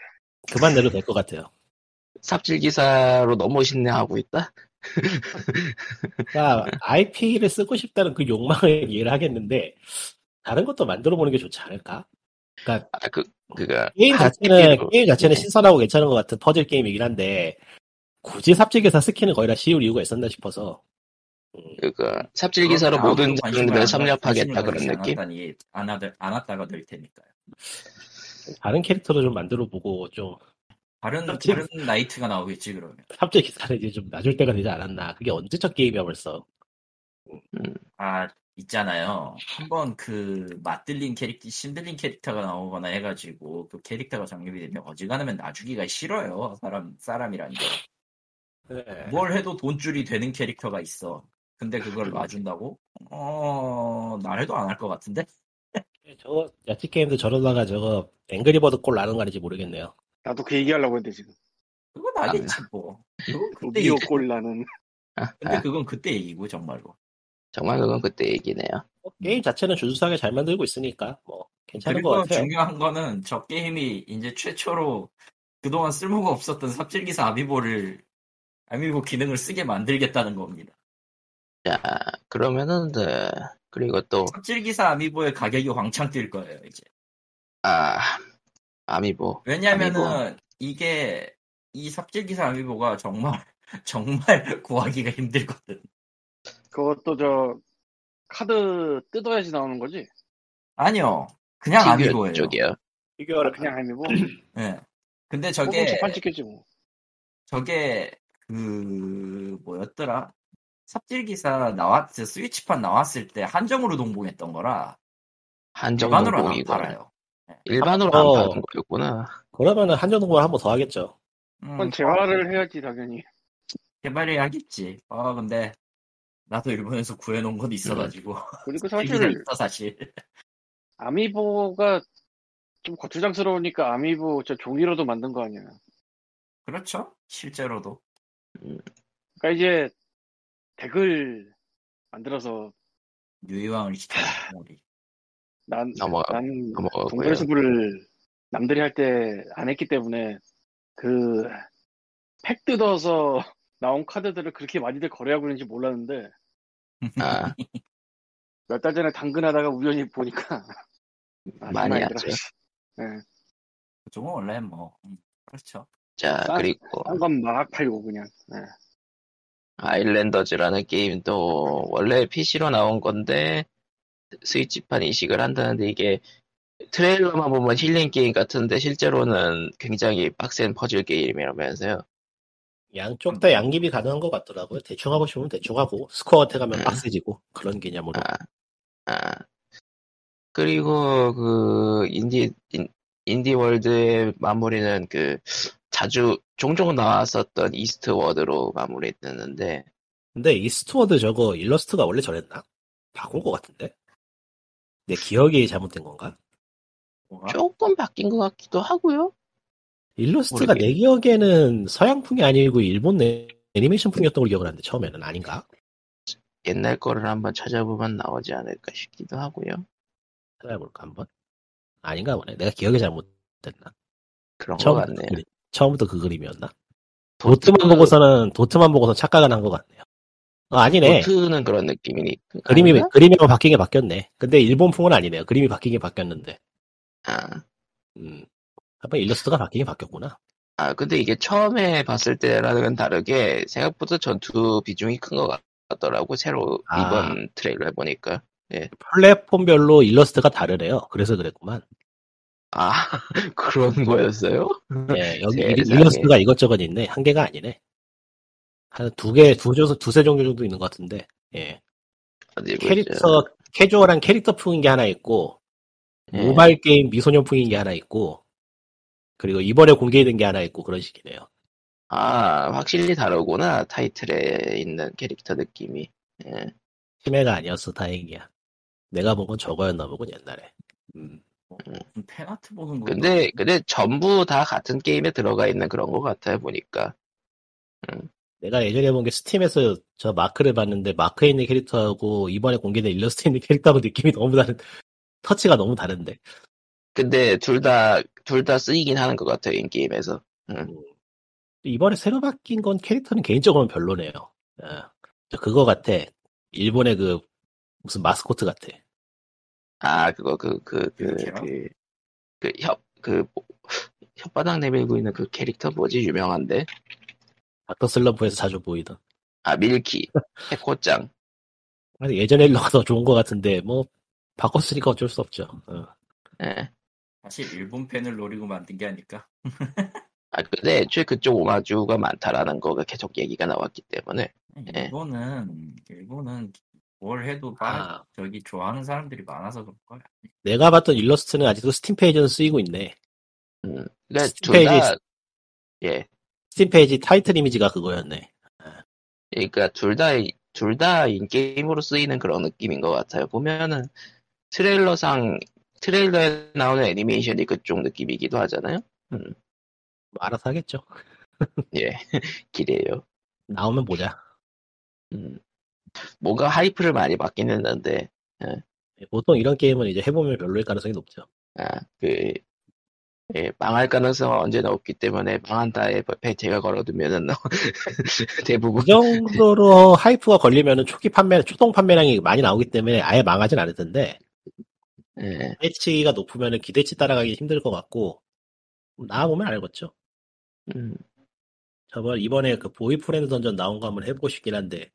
Speaker 4: 그만 내도 될 것 같아요.
Speaker 1: 삽질 기사로 너무 신뢰하고 있다.
Speaker 4: 그러니까 IP를 쓰고 싶다는 그 욕망을 이해를 하겠는데 다른 것도 만들어 보는 게 좋지 않을까? 그러니까
Speaker 1: 아, 그 그가
Speaker 4: 게임
Speaker 1: 한
Speaker 4: 자체는
Speaker 1: IP로.
Speaker 4: 게임 자체는 신선하고 괜찮은 것 같은 퍼즐 게임이긴 한데 굳이 삽질기사 스킨을 거의 다 씌울 이유가 있었나 싶어서 음,
Speaker 1: 그가 삽질 기사로
Speaker 2: 아무도
Speaker 1: 모든
Speaker 2: 관심을
Speaker 1: 장르를
Speaker 2: 안-
Speaker 1: 섭렵하겠다
Speaker 2: 관심을
Speaker 1: 그런
Speaker 2: 가지지
Speaker 1: 느낌.
Speaker 2: 않았다니 안 하다 안 왔다가 될 테니까요
Speaker 4: 다른 캐릭터로 좀 만들어 보고 좀
Speaker 2: 다른
Speaker 4: 그렇지.
Speaker 2: 다른 나이트가 나오겠지 그러면
Speaker 4: 삽질기사를 이제 좀 놔줄 때가 되지 않았나? 그게 언제적 게임이야 벌써.
Speaker 2: 아 있잖아요 한번 그 맛들린 캐릭터 신들린 캐릭터가 나오거나 해가지고 그 캐릭터가 정립이 되면 어지간하면 놔주기가 싫어요 사람 사람이란 게
Speaker 4: 네. 뭐,
Speaker 2: 뭘 해도 돈줄이 되는 캐릭터가 있어. 근데 그걸 놔준다고? 어, 나래도 안 할 것 같은데?
Speaker 4: 저거 야채 게임도 저러다가 저거 앵그리버드 꼴 나는 거 아닌지 모르겠네요.
Speaker 3: 나도 그 얘기하려고 했는데 지금
Speaker 2: 그건 아니지, 뭐. 그건 그때
Speaker 3: 미오
Speaker 2: 얘기-
Speaker 3: 꼴라는
Speaker 1: 아,
Speaker 2: 근데
Speaker 1: 아,
Speaker 2: 그건 그때 얘기고, 정말로.
Speaker 1: 정말 그건 그때 얘기네요.
Speaker 4: 뭐 게임 자체는 준수하게 잘 만들고 있으니까 뭐 괜찮은 것
Speaker 2: 그리고
Speaker 4: 같아요.
Speaker 2: 중요한 거는 저 게임이 이제 최초로 그동안 쓸모가 없었던 삽질기사 아미보를, 아미보 기능을 쓰게 만들겠다는 겁니다.
Speaker 1: 자 그러면은 네. 그리고 또
Speaker 2: 삽질기사 아미보의 가격이 왕창 뛸 거예요, 이제.
Speaker 1: 아, 아미보.
Speaker 2: 왜냐면은 이게, 이 삽질기사 아미보가 정말, 정말 구하기가 힘들거든.
Speaker 3: 그것도 저 카드 뜯어야지 나오는 거지.
Speaker 2: 아니요. 그냥
Speaker 1: 피규어
Speaker 2: 아미고예요.
Speaker 1: 쪽이요.
Speaker 4: 비교하라
Speaker 3: 그냥 아니고
Speaker 2: 예. 근데
Speaker 3: 뽑으면
Speaker 2: 저게 음.
Speaker 3: 재판 찍겠지 뭐.
Speaker 2: 저게 그 뭐였더라? 삽질 기사 나왔 스위치판 나왔을 때 한정으로 동봉했던 거라
Speaker 1: 한정
Speaker 2: 일반으로 안
Speaker 1: 공이고
Speaker 2: 팔아요.
Speaker 1: 일반으로
Speaker 4: 어.
Speaker 1: 안 파는 거였구나.
Speaker 4: 그러면은 한정 공을 한번 더 하겠죠.
Speaker 2: 음,
Speaker 3: 그건 재활화를 해야지 당연히.
Speaker 2: 개발이 하겠지. 아 근데 나도 일본에서 구해놓은 건 있어가지고
Speaker 3: 그리고
Speaker 2: 비밀이
Speaker 3: 사실
Speaker 2: 있어 사실.
Speaker 3: 아미보가 좀 거추장스러우니까 아미보 저 종이로도 만든 거 아니야.
Speaker 2: 그렇죠? 실제로도.
Speaker 3: 그러니까 이제 덱을 만들어서
Speaker 2: 유희왕을 시켜 우리.
Speaker 3: 난
Speaker 1: 넘어가-
Speaker 3: 나는
Speaker 1: 넘어가고요.
Speaker 3: 동물 수부를 남들이 할 때 안 했기 때문에 그 팩 뜯어서 나온 카드들을 그렇게 많이들 거래하고 있는지 몰랐는데
Speaker 1: 아,
Speaker 3: 몇 달 전에 당근하다가 우연히 보니까 아,
Speaker 1: 많이
Speaker 3: 장난 아니더라.
Speaker 1: 하죠.
Speaker 2: 그쪽은 원래 뭐 음, 그렇죠.
Speaker 1: 자,
Speaker 3: 싼-
Speaker 1: 그리고
Speaker 3: 딴 건 막 팔고 그냥 네.
Speaker 1: 아일랜더즈라는 게임도 원래 PC로 나온 건데 스위치판 이식을 한다는데 이게 트레일러만 보면 힐링 게임 같은데 실제로는 굉장히 빡센 퍼즐 게임이라면서요.
Speaker 4: 양쪽 다 양립이 가능한 것 같더라고요. 대충 하고 싶으면 대충 하고 스코어한테 가면 빡세지고 그런 개념으로.
Speaker 1: 아, 아. 그리고 그 인디 인, 인디월드의 마무리는 그 자주 종종 나왔었던 이스트워드로 마무리됐는데
Speaker 4: 근데 이 스튜어드 저거 일러스트가 원래 저랬나? 바꾼 것 같은데? 내 기억이 잘못된 건가? 아.
Speaker 2: 뭐가?
Speaker 1: 조금 바뀐 것 같기도 하고요.
Speaker 4: 일러스트가
Speaker 1: 모르겠-
Speaker 4: 내 기억에는 서양풍이 아니고 일본 내- 애니메이션풍이었던 걸 기억을 하는데 처음에는 아닌가?
Speaker 1: 옛날 거를 한번 찾아보면 나오지 않을까 싶기도 하고요.
Speaker 4: 찾아볼까 한번? 아닌가 보네. 내가 기억이 잘못됐나?
Speaker 1: 그런 것
Speaker 4: 처음부터 그
Speaker 1: 같네요.
Speaker 4: 그림, 처음부터 그 그림이었나? 도트만 보고서는 도트만 보고서 착각을 한 것 같네요. 아, 아니네.
Speaker 1: 보트는 그런 느낌이니.
Speaker 4: 그림이
Speaker 1: 아닌가?
Speaker 4: 그림이 바뀐 게 바뀌었네. 근데 일본풍은 아니네요. 그림이 바뀐 게 바뀌었는데.
Speaker 1: 아,
Speaker 4: 음. 한번 일러스트가 바뀐 게 바뀌었구나.
Speaker 1: 아, 근데 이게 처음에 봤을 때랑은 다르게 생각보다 전투 비중이 큰 것 같더라고. 새로
Speaker 4: 아.
Speaker 1: 이번 트레일러 보니까.
Speaker 4: 플랫폼별로 일러스트가 다르래요. 그래서 그랬구만.
Speaker 1: 아, 그런 거였어요?
Speaker 4: 예, 여기
Speaker 1: 세상에.
Speaker 4: 일- 일러스트가 이것저것 있네. 한 개가 아니네. 한 두 개, 두 조, 두세 종류 정도 있는 것 같은데. 예.
Speaker 1: 어디 보자.
Speaker 4: 캐릭터, 캐주얼한 캐릭터풍인 게 하나 있고,
Speaker 1: 예.
Speaker 4: 모바일 게임 미소년풍인 게 하나 있고, 그리고 이번에 공개된 게 하나 있고, 그런 식이네요.
Speaker 1: 아, 확실히 다르구나. 타이틀에 있는 캐릭터 느낌이. 예.
Speaker 4: 치매가 아니었어, 다행이야. 내가 본 건 저거였나 보군, 옛날에. 음.
Speaker 2: 무슨 팬아트 보는 거.
Speaker 1: 근데, 근데 전부 다 같은 게임에 들어가 있는 그런 것 같아요, 보니까.
Speaker 4: 내가 예전에 본 게 스팀에서 저 마크를 봤는데, 마크에 있는 캐릭터하고, 이번에 공개된 일러스트에 있는 캐릭터하고 느낌이 너무 다른, 터치가 너무 다른데.
Speaker 1: 근데 둘 다, 둘 다 쓰이긴 하는 것 같아요, 인게임에서.
Speaker 4: 이번에 새로 바뀐 건 캐릭터는 개인적으로는 별로네요. 아, 저 그거 같아. 일본의 그 무슨 마스코트 같아.
Speaker 1: 아, 그거, 그, 그, 그,
Speaker 2: 이렇게요?
Speaker 1: 그, 그, 협, 그, 뭐- 혓바닥 내밀고 있는 그 캐릭터 뭐지? 유명한데?
Speaker 4: 닥터 슬럼프에서 자주 보이던.
Speaker 1: 아, 밀키. 해코짱.
Speaker 4: 아니, 예전에 일러가 더 좋은 것 같은데 뭐 바꿨으니까 어쩔 수 없죠. 어.
Speaker 1: 예.
Speaker 2: 사실 일본 팬을 노리고 만든 게 아닐까.
Speaker 1: 아, 근데 애초에 그쪽 오마주가 많다라는 거가 계속 얘기가 나왔기 때문에. 예.
Speaker 2: 네, 일본은 일본은 뭘 해도 빠
Speaker 4: 아,
Speaker 2: 저기 좋아하는 사람들이 많아서 그럴 거야.
Speaker 4: 내가 봤던 일러스트는 아직도 스팀 페이지는 쓰이고 있네.
Speaker 1: 음. 그니까 둘
Speaker 4: 페이지
Speaker 1: 다, 예.
Speaker 4: 스팀 페이지 타이틀 이미지가 그거였네.
Speaker 1: 그러니까 둘 다, 둘 다 인게임으로 쓰이는 그런 느낌인 것 같아요. 보면은 트레일러상, 트레일러에 나오는 애니메이션이 그쪽 느낌이기도 하잖아요.
Speaker 4: 뭐 알아서 하겠죠.
Speaker 1: 예. 기대요.
Speaker 4: 나오면 보자.
Speaker 1: 음, 뭔가 하이프를 많이 받긴 했는데,
Speaker 4: 예, 보통 이런 게임은 이제 해보면 별로일 가능성이 높죠.
Speaker 1: 아, 그, 예, 망할 가능성은 언제나 없기 때문에 망한다에 배제가 걸어두면은 대부분
Speaker 4: 이 정도로 하이프가 걸리면은 초기 판매, 초동 판매량이 많이 나오기 때문에 아예 망하진 않을 텐데
Speaker 1: 예,
Speaker 4: 기대치가 높으면 기대치 따라가기 힘들 것 같고 나와보면 알겠죠.
Speaker 1: 음,
Speaker 4: 저번 이번에 그 보이프렌드 던전 나온 거 한번 해보고 싶긴 한데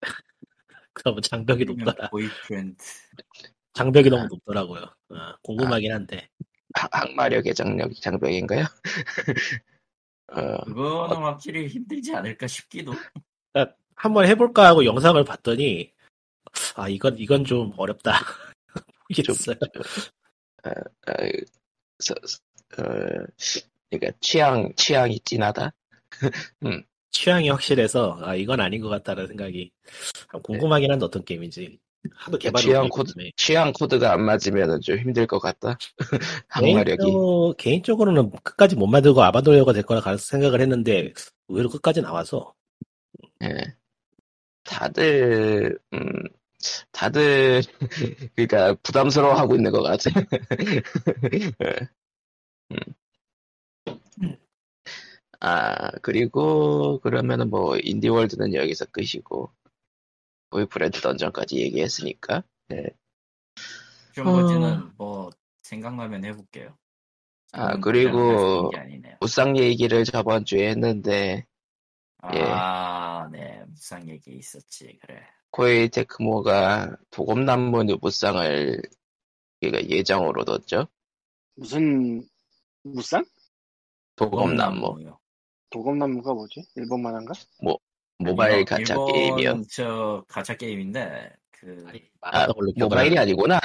Speaker 4: 그러면 장벽이 높더라.
Speaker 2: 보이프렌드.
Speaker 4: 장벽이
Speaker 1: 아.
Speaker 4: 너무 높더라고요. 어, 궁금하긴 한데
Speaker 1: 악- 악마력의 장력 장벽인가요? 어,
Speaker 2: 그거는 확실히 힘들지 않을까 싶기도.
Speaker 4: 한번 해볼까 하고 영상을 봤더니 아 이건 이건 좀 어렵다.
Speaker 1: 좀-
Speaker 4: 이랬어요.
Speaker 1: 어, 서- 어, 그러니까 취향 취향이 진하다.
Speaker 4: 취향이 확실해서 아 이건 아닌 것 같다는 생각이 참 궁금하긴 한데 어떤 게임인지 하도
Speaker 1: 그러니까
Speaker 4: 개발이
Speaker 1: 취향
Speaker 4: 오래됐기
Speaker 1: 코드-
Speaker 4: 때문에.
Speaker 1: 취향 코드가 안 맞으면 좀 힘들 것 같다. 항마력이.
Speaker 4: 개인적으로, 개인적으로는 끝까지 못 만들고 아바도어가 될 거라 가- 생각을 했는데 의외로 끝까지 나와서
Speaker 1: 예. 다들 음 다들 그러니까 부담스러워하고 있는 것 같아. 예. 음. 아 그리고 그러면은 뭐 인디월드는 여기서 끝이고 보이프렌드 던전까지 얘기했으니까
Speaker 2: 좀어지는 뭐 생각나면 해볼게요.
Speaker 1: 아
Speaker 2: 지금 당장 할수 있는
Speaker 1: 그리고
Speaker 2: 게 아니네요.
Speaker 1: 무쌍 얘기를 저번 주에 했는데 예.
Speaker 2: 아, 네. 무상 얘기 있었지. 그래.
Speaker 1: 코에이 테크모가 도검남무 무쌍을 그러니까 예정으로 뒀죠
Speaker 3: 무슨 무쌍?
Speaker 1: 도검남무
Speaker 2: 요
Speaker 3: 도검나무가 뭐지? 일본 만화인가?
Speaker 1: 모바일 가챠 게임이요.
Speaker 2: 저 가챠 게임인데 그
Speaker 1: 아,
Speaker 4: 걸로 기억을
Speaker 1: 모바일이
Speaker 4: 하는데
Speaker 1: 아니구나.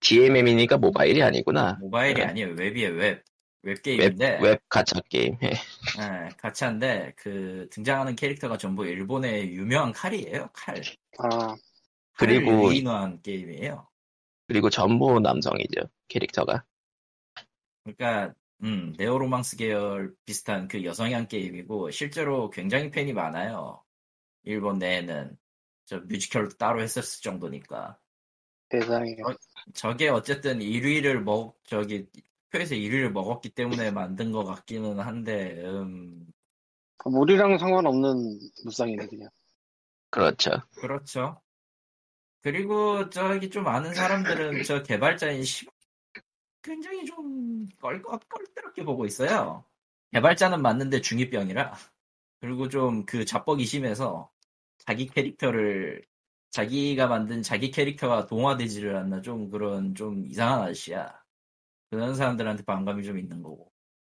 Speaker 1: DMM이니까 모바일이 아니구나.
Speaker 2: 모바일이
Speaker 1: 네.
Speaker 2: 아니에요. 웹이에요. 웹. 웹
Speaker 1: 웹,
Speaker 2: 게임인데
Speaker 1: 웹 가챠 게임. 예.
Speaker 2: 예, 가챠인데 그 등장하는 캐릭터가 전부 일본의 유명한 칼이에요. 칼.
Speaker 3: 아
Speaker 2: 칼을
Speaker 1: 그리고-
Speaker 2: 유인한 게임이에요.
Speaker 1: 그리고 전부 남성이죠. 캐릭터가.
Speaker 2: 그러니까 음, 네오로망스 계열 비슷한 그 여성향 게임이고 실제로 굉장히 팬이 많아요. 일본 내에는 저 뮤지컬도 따로 했었을 정도니까.
Speaker 3: 세상에
Speaker 2: 저게 어쨌든 1위를 먹 저기 표에서 1위를 먹었기 때문에 만든 것 같기는 한데 음
Speaker 3: 우리랑 상관없는 무쌍이네 그냥
Speaker 1: 그렇죠.
Speaker 2: 그렇죠. 그리고 저기 좀 아는 사람들은 저 개발자인 시 굉장히 좀 껄껄 껄끄럽게 보고 있어요. 개발자는 맞는데 중이병이라 그리고 좀 그 자뻑이 심해서 자기 캐릭터를 자기가 만든 자기 캐릭터가 동화되지를 않나 좀 그런 좀 이상한 아저씨야. 그런 사람들한테 반감이 좀 있는 거고.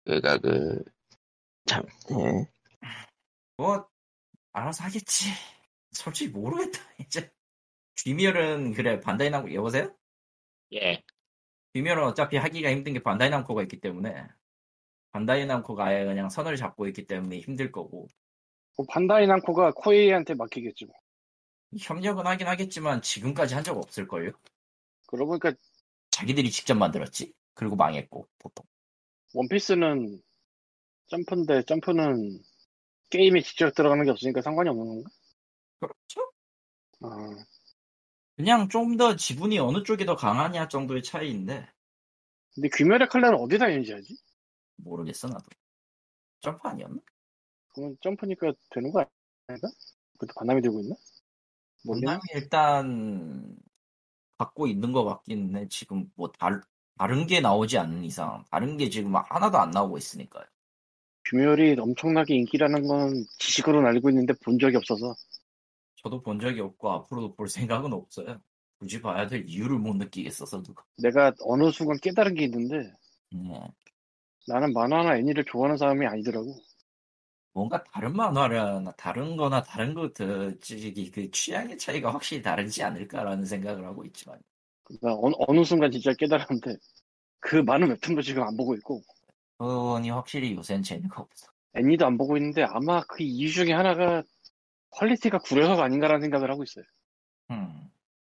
Speaker 1: 그니까 그, 참, 예.
Speaker 2: 뭐 알아서 하겠지. 솔직히 모르겠다 이제. 쥐멸은 그래 반다이 남고 여보세요?
Speaker 4: 예.
Speaker 2: 쥐멸은 어차피 하기가 힘든 게 반다이 남코가 있기 때문에 반다이 남코가 아예 그냥 선을 잡고 있기 때문에 힘들 거고
Speaker 3: 뭐 반다이 남코가 코에이한테 맡기겠지 뭐
Speaker 2: 협력은 하긴 하겠지만 지금까지 한 적 없을 걸요.
Speaker 3: 그러고 보니까
Speaker 2: 자기들이 직접 만들었지. 그리고 망했고 보통.
Speaker 3: 원피스는 점프인데 점프는 게임에 직접 들어가는 게 없으니까 상관이 없는 건가?
Speaker 2: 그렇죠.
Speaker 3: 아,
Speaker 2: 그냥 좀 더 지분이 어느 쪽이 더 강하냐 정도의 차이인데
Speaker 3: 근데 귀멸의 칼날은 어디다 인지하지?
Speaker 2: 모르겠어 나도. 점프 아니었나?
Speaker 3: 그건 점프니까 되는 거 아닌가? 그것도 반남이 들고 있나? 모르겠네.
Speaker 2: 분담이 일단 갖고 있는 것 같긴 해. 지금 뭐 다른 다른 게 나오지 않는 이상 다른 게 지금 막 하나도 안 나오고 있으니까요.
Speaker 3: 귀멸이 엄청나게 인기라는 건 지식으로는 알고 있는데 본 적이 없어서
Speaker 2: 저도 본 적이 없고 앞으로도 볼 생각은 없어요. 굳이 봐야 될 이유를 못 느끼겠어서 누가.
Speaker 3: 내가 어느 순간 깨달은 게 있는데
Speaker 2: 네.
Speaker 3: 나는 만화나 애니를 좋아하는 사람이 아니더라고.
Speaker 2: 뭔가 다른 만화나 다른 거나 다른 것들 그 취향의 차이가 확실히 다르지 않을까라는 생각을 하고 있지만
Speaker 3: 나 어, 어느 순간 진짜 깨달았는데 그 많은 웹툰도 지금 안 보고 있고
Speaker 2: 그니 확실히 요새는 재미가 없어.
Speaker 3: 애니도 안 보고 있는데 아마 그 이유 중에 하나가 퀄리티가 구려서가 아닌가라는 생각을 하고 있어요.
Speaker 2: 음.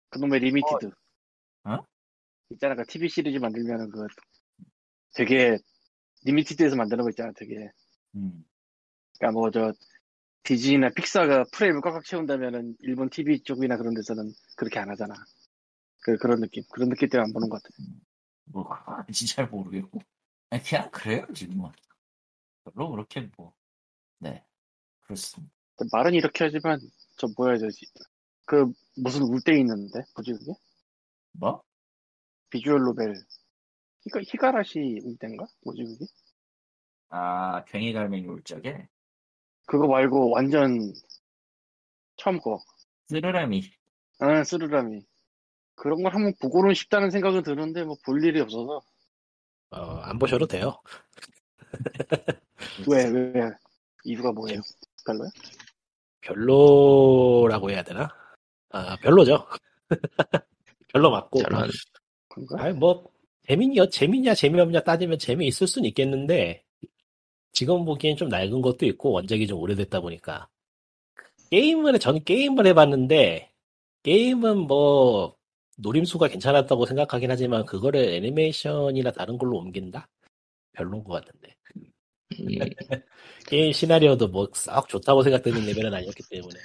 Speaker 3: 그놈의 리미티드.
Speaker 2: 어?
Speaker 3: 있잖아, 그 TV 시리즈 만들면은 그 되게 리미티드에서 만드는 거 있잖아, 되게.
Speaker 2: 음.
Speaker 3: 그러니까 뭐 저 디즈니나 픽사가 프레임을 꽉꽉 채운다면은 일본 TV 쪽이나 그런 데서는 그렇게 안 하잖아. 그 그런 느낌, 그런 느낌 때문에 안 보는 것 같아.
Speaker 2: 뭐 그건지 잘 모르겠고 아니, 그냥 그래요 지금은 별로 그렇게 뭐 네 그렇습니다
Speaker 3: 근데 말은 이렇게 하지만 저 뭐야 저지? 그 무슨 울대 있는데 뭐지 그게?
Speaker 2: 뭐?
Speaker 3: 비주얼 노벨. 히가 히가라시 울대인가? 뭐지 그게?
Speaker 2: 아 괭이갈매기 울적에
Speaker 3: 그거 말고 완전 처음 거.
Speaker 2: 쓰르라미
Speaker 3: 아, 쓰르라미. 그런 걸 한번 보고는 싶다는 생각은 드는데, 뭐, 볼 일이 없어서.
Speaker 4: 어, 안 보셔도 돼요.
Speaker 3: 왜, 왜, 왜? 이유가 뭐예요? 별로야?
Speaker 4: 별로라고 해야 되나? 아 별로죠. 별로 맞고
Speaker 1: 저런.
Speaker 3: 그런가?
Speaker 4: 아니 뭐 재미냐 재미냐 재미없냐 따지면 재미 있을 순 있겠는데 지금 보기엔 좀 낡은 것도 있고 원작이 좀 오래됐다 보니까 게임을 저는 게임을 해봤는데 게임은 뭐 노림수가 괜찮았다고 생각하긴 하지만 그거를 애니메이션이나 다른 걸로 옮긴다 별론 것 같은데
Speaker 2: 그
Speaker 1: 음,
Speaker 2: 네,
Speaker 4: 게임 시나리오도 뭐 썩 좋다고 생각되는 레벨은 아니었기 때문에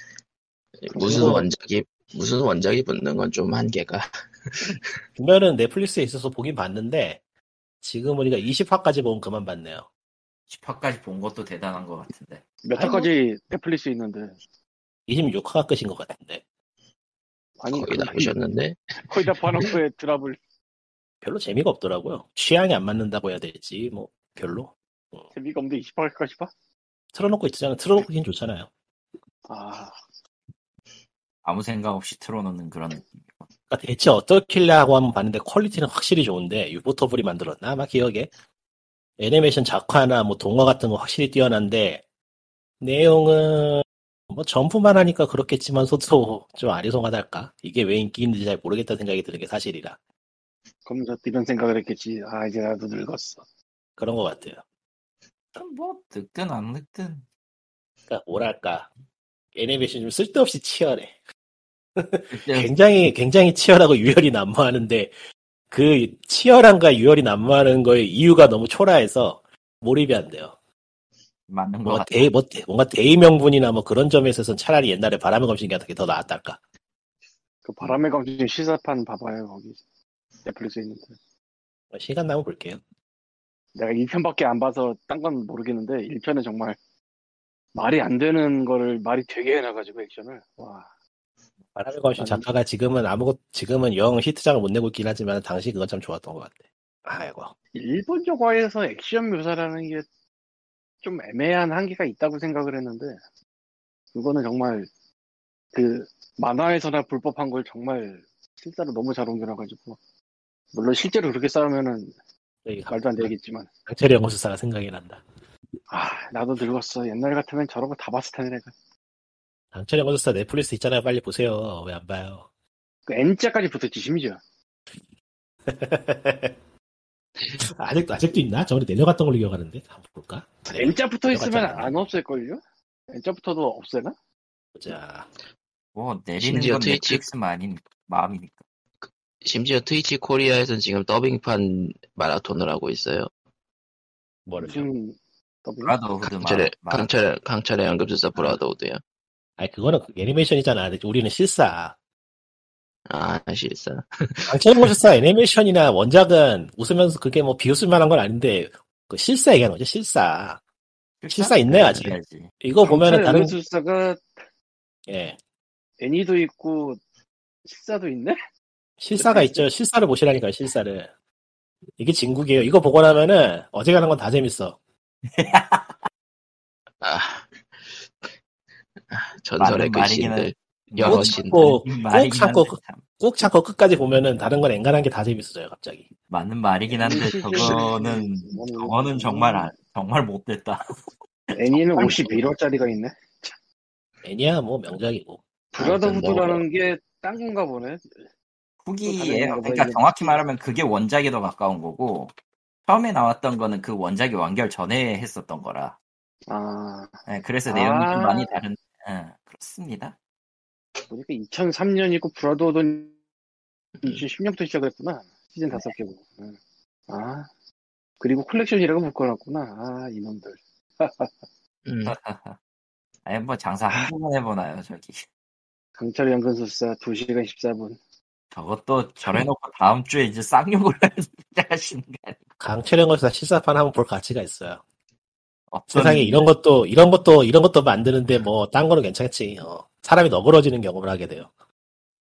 Speaker 2: 그
Speaker 1: 무슨 원작이 무슨 원작이 붙는 건 좀 한계가
Speaker 4: 분명은 넷플릭스에 있어서 보긴 봤는데 지금 우리가 20화까지 보면 그만 봤네요
Speaker 2: 10화까지 본 것도 대단한 것 같은데.
Speaker 3: 몇
Speaker 4: 아이고.
Speaker 1: 뭐
Speaker 3: 화까지 넷플릭스 있는데
Speaker 4: 26화가 끝인 것 같은데
Speaker 3: 아니
Speaker 1: 거의 다
Speaker 3: 거의,
Speaker 1: 보셨는데
Speaker 3: 거의 다 봐놓고 드랍을
Speaker 4: 별로 재미가 없더라고요 취향이 안 맞는다고 해야 될지 뭐 별로
Speaker 3: 재미가 없는데 20화까지 봐?
Speaker 4: 틀어놓고 있잖아 틀어놓고 있긴 좋잖아요
Speaker 3: 아
Speaker 2: 아무 생각 없이 틀어놓는 그런 느낌.
Speaker 4: 그러니까 대체 어떻길래 하고 한번 봤는데 퀄리티는 확실히 좋은데 유보터블이 만들었나 아마 기억에 애니메이션 작화나 뭐 동화 같은 거 확실히 뛰어난데 내용은 뭐 점프만 하니까 그렇겠지만서도 좀 아리송하달까 이게 왜 인기 있는지 잘 모르겠다 생각이 드는 게 사실이라
Speaker 3: 그러면서 이런 생각을 했겠지 아 이제 나도 늙었어
Speaker 4: 그런 것 같아요
Speaker 2: 뭐 늙든 안 늙든
Speaker 4: 그러니까 뭐랄까 애니메이션 좀 쓸데없이 치열해
Speaker 2: 그때
Speaker 4: 굉장히 굉장히 치열하고 유혈이 난무하는데 그 치열함과 유혈이 난무하는 거의 이유가 너무 초라해서 몰입이 안 돼요.
Speaker 2: 맞는 것
Speaker 4: 뭔가
Speaker 2: 같아.
Speaker 4: 대, 뭐, 대- 뭔가 대의 명분이나 뭐 그런 점에 있어서는 차라리 옛날에 바람의 검신기 같은 게 더 나았달까.
Speaker 3: 그 바람의 검신 시사판 봐봐요 거기 넷플릭스 있는데
Speaker 4: 시간 나면 볼게요.
Speaker 3: 내가 1편밖에 안 봐서 딴 건 모르겠는데 1편은 정말 말이 안 되는 거를 말이 되게 해놔가지고 액션을 와
Speaker 4: 바람의 검신 작가가 지금은 아무것 지금은 영 히트작을 못 내고 있긴 하지만 당시 그건 참 좋았던 것 같아. 아이고.
Speaker 3: 일본 영화에서 액션 묘사라는 게 좀 애매한 한계가 있다고 생각을 했는데 그거는 정말 그 만화에서나 불법한 걸 정말 실제로 너무 잘 옮겨놔가지고 물론 실제로 그렇게 싸우면은
Speaker 4: 저기
Speaker 3: 말도 안 되겠지만
Speaker 4: 강철의 영호수사가 생각이 난다.
Speaker 3: 아 나도 늙었어 옛날 같으면 저런 거 다 봤을 텐데 내가
Speaker 4: 강철의 영호수사 넷플릭스 있잖아요. 빨리 보세요. 왜 안 봐요?
Speaker 3: 그 N자까지 붙었지 심지어
Speaker 4: 아직도 아직도 있나? 저번에 내려갔던 걸로 기억하는데 한번 볼까? 네,
Speaker 3: N자 붙어 있으면
Speaker 4: 들어갔잖아.
Speaker 3: 안 없앨걸요? N자부터도 없애나?
Speaker 4: 보자.
Speaker 2: 뭐 내리는
Speaker 1: 심지어
Speaker 2: 건
Speaker 1: 트위치-
Speaker 2: 넷플릭스만 아닌 마음이니까.
Speaker 1: 심지어 트위치 코리아에선 지금 더빙판 마라톤을 하고 있어요.
Speaker 4: 뭐를
Speaker 3: 무슨 더빙?
Speaker 4: 아,
Speaker 2: 브라더우드
Speaker 1: 강철의
Speaker 2: 마- 마-
Speaker 1: 강철의 강철의 연금술사 브라더우드요.
Speaker 4: 아니 그거는 그 애니메이션이잖아. 근데 우리는 실사.
Speaker 1: 아 실사.
Speaker 4: 강철모 실사 애니메이션이나 원작은 웃으면서 그게 뭐 비웃을만한 건 아닌데 그 실사 얘기하는 거죠. 실사. 실사 그 있네, 아직. 뭐
Speaker 2: 해야지.
Speaker 4: 이거 보면은 다른
Speaker 3: 연술사가
Speaker 4: 예
Speaker 3: 애니도 있고 실사도 있네?
Speaker 4: 실사가 있죠. 실사를 보시라니까 요 실사를. 이게 진국이에요. 이거 보고 나면은 어지간한 건 다 재밌어.
Speaker 1: 아 아, 전설의
Speaker 2: 많은 말이긴
Speaker 1: 글씨인들
Speaker 2: 해.
Speaker 1: 영어
Speaker 4: 꼭 찾고
Speaker 2: 말이긴
Speaker 4: 꼭 찾고
Speaker 2: 한데
Speaker 4: 그-
Speaker 2: 참.
Speaker 4: 꼭 찾고 끝까지 보면은 다른 건 앵간한 게 다 재밌어져요 갑자기.
Speaker 2: 맞는 말이긴 한데
Speaker 4: 네.
Speaker 2: 저거는
Speaker 3: 네.
Speaker 2: 저거는 정말 안- 정말 못됐다.
Speaker 3: 애니는 51화짜리가 있네.
Speaker 4: 애니야 뭐 명작이고.
Speaker 3: 브라더후드라는 게 딴 건가 보네.
Speaker 2: 후기에
Speaker 3: 다른
Speaker 2: 그러니까
Speaker 3: 거에
Speaker 2: 정확히
Speaker 3: 이제-
Speaker 2: 말하면 그게 원작에 더 가까운 거고 처음에 나왔던 거는 그 원작이 완결 전에 했었던 거라.
Speaker 3: 아
Speaker 2: 예, 그래서
Speaker 3: 아.
Speaker 2: 내용이 좀 많이 다른. 예, 그렇습니다.
Speaker 3: 보니까 2003년이고
Speaker 4: 음.
Speaker 3: 브라더후드는 2010년부터 시작했구나. 시즌 다섯
Speaker 4: 네.
Speaker 3: 개고. 응. 아 그리고 콜렉션이라고 묶어놨구나. 아 이놈들.
Speaker 1: 음,
Speaker 2: 아, 아니 뭐 장사 한 번 해보나요 저기.
Speaker 3: 강철 연근술사 2시간 14분.
Speaker 2: 저것도 저래놓고 다음 주에 이제 쌍욕을 하시는 게 아니고
Speaker 4: 강철의 것사 실사판 한번 볼 가치가 있어요.
Speaker 2: 어떤
Speaker 4: 세상에 이런 것도 이런 것도 이런 것도 만드는데 뭐 딴 거는 괜찮지. 어, 사람이 너그러지는 경험을 하게 돼요.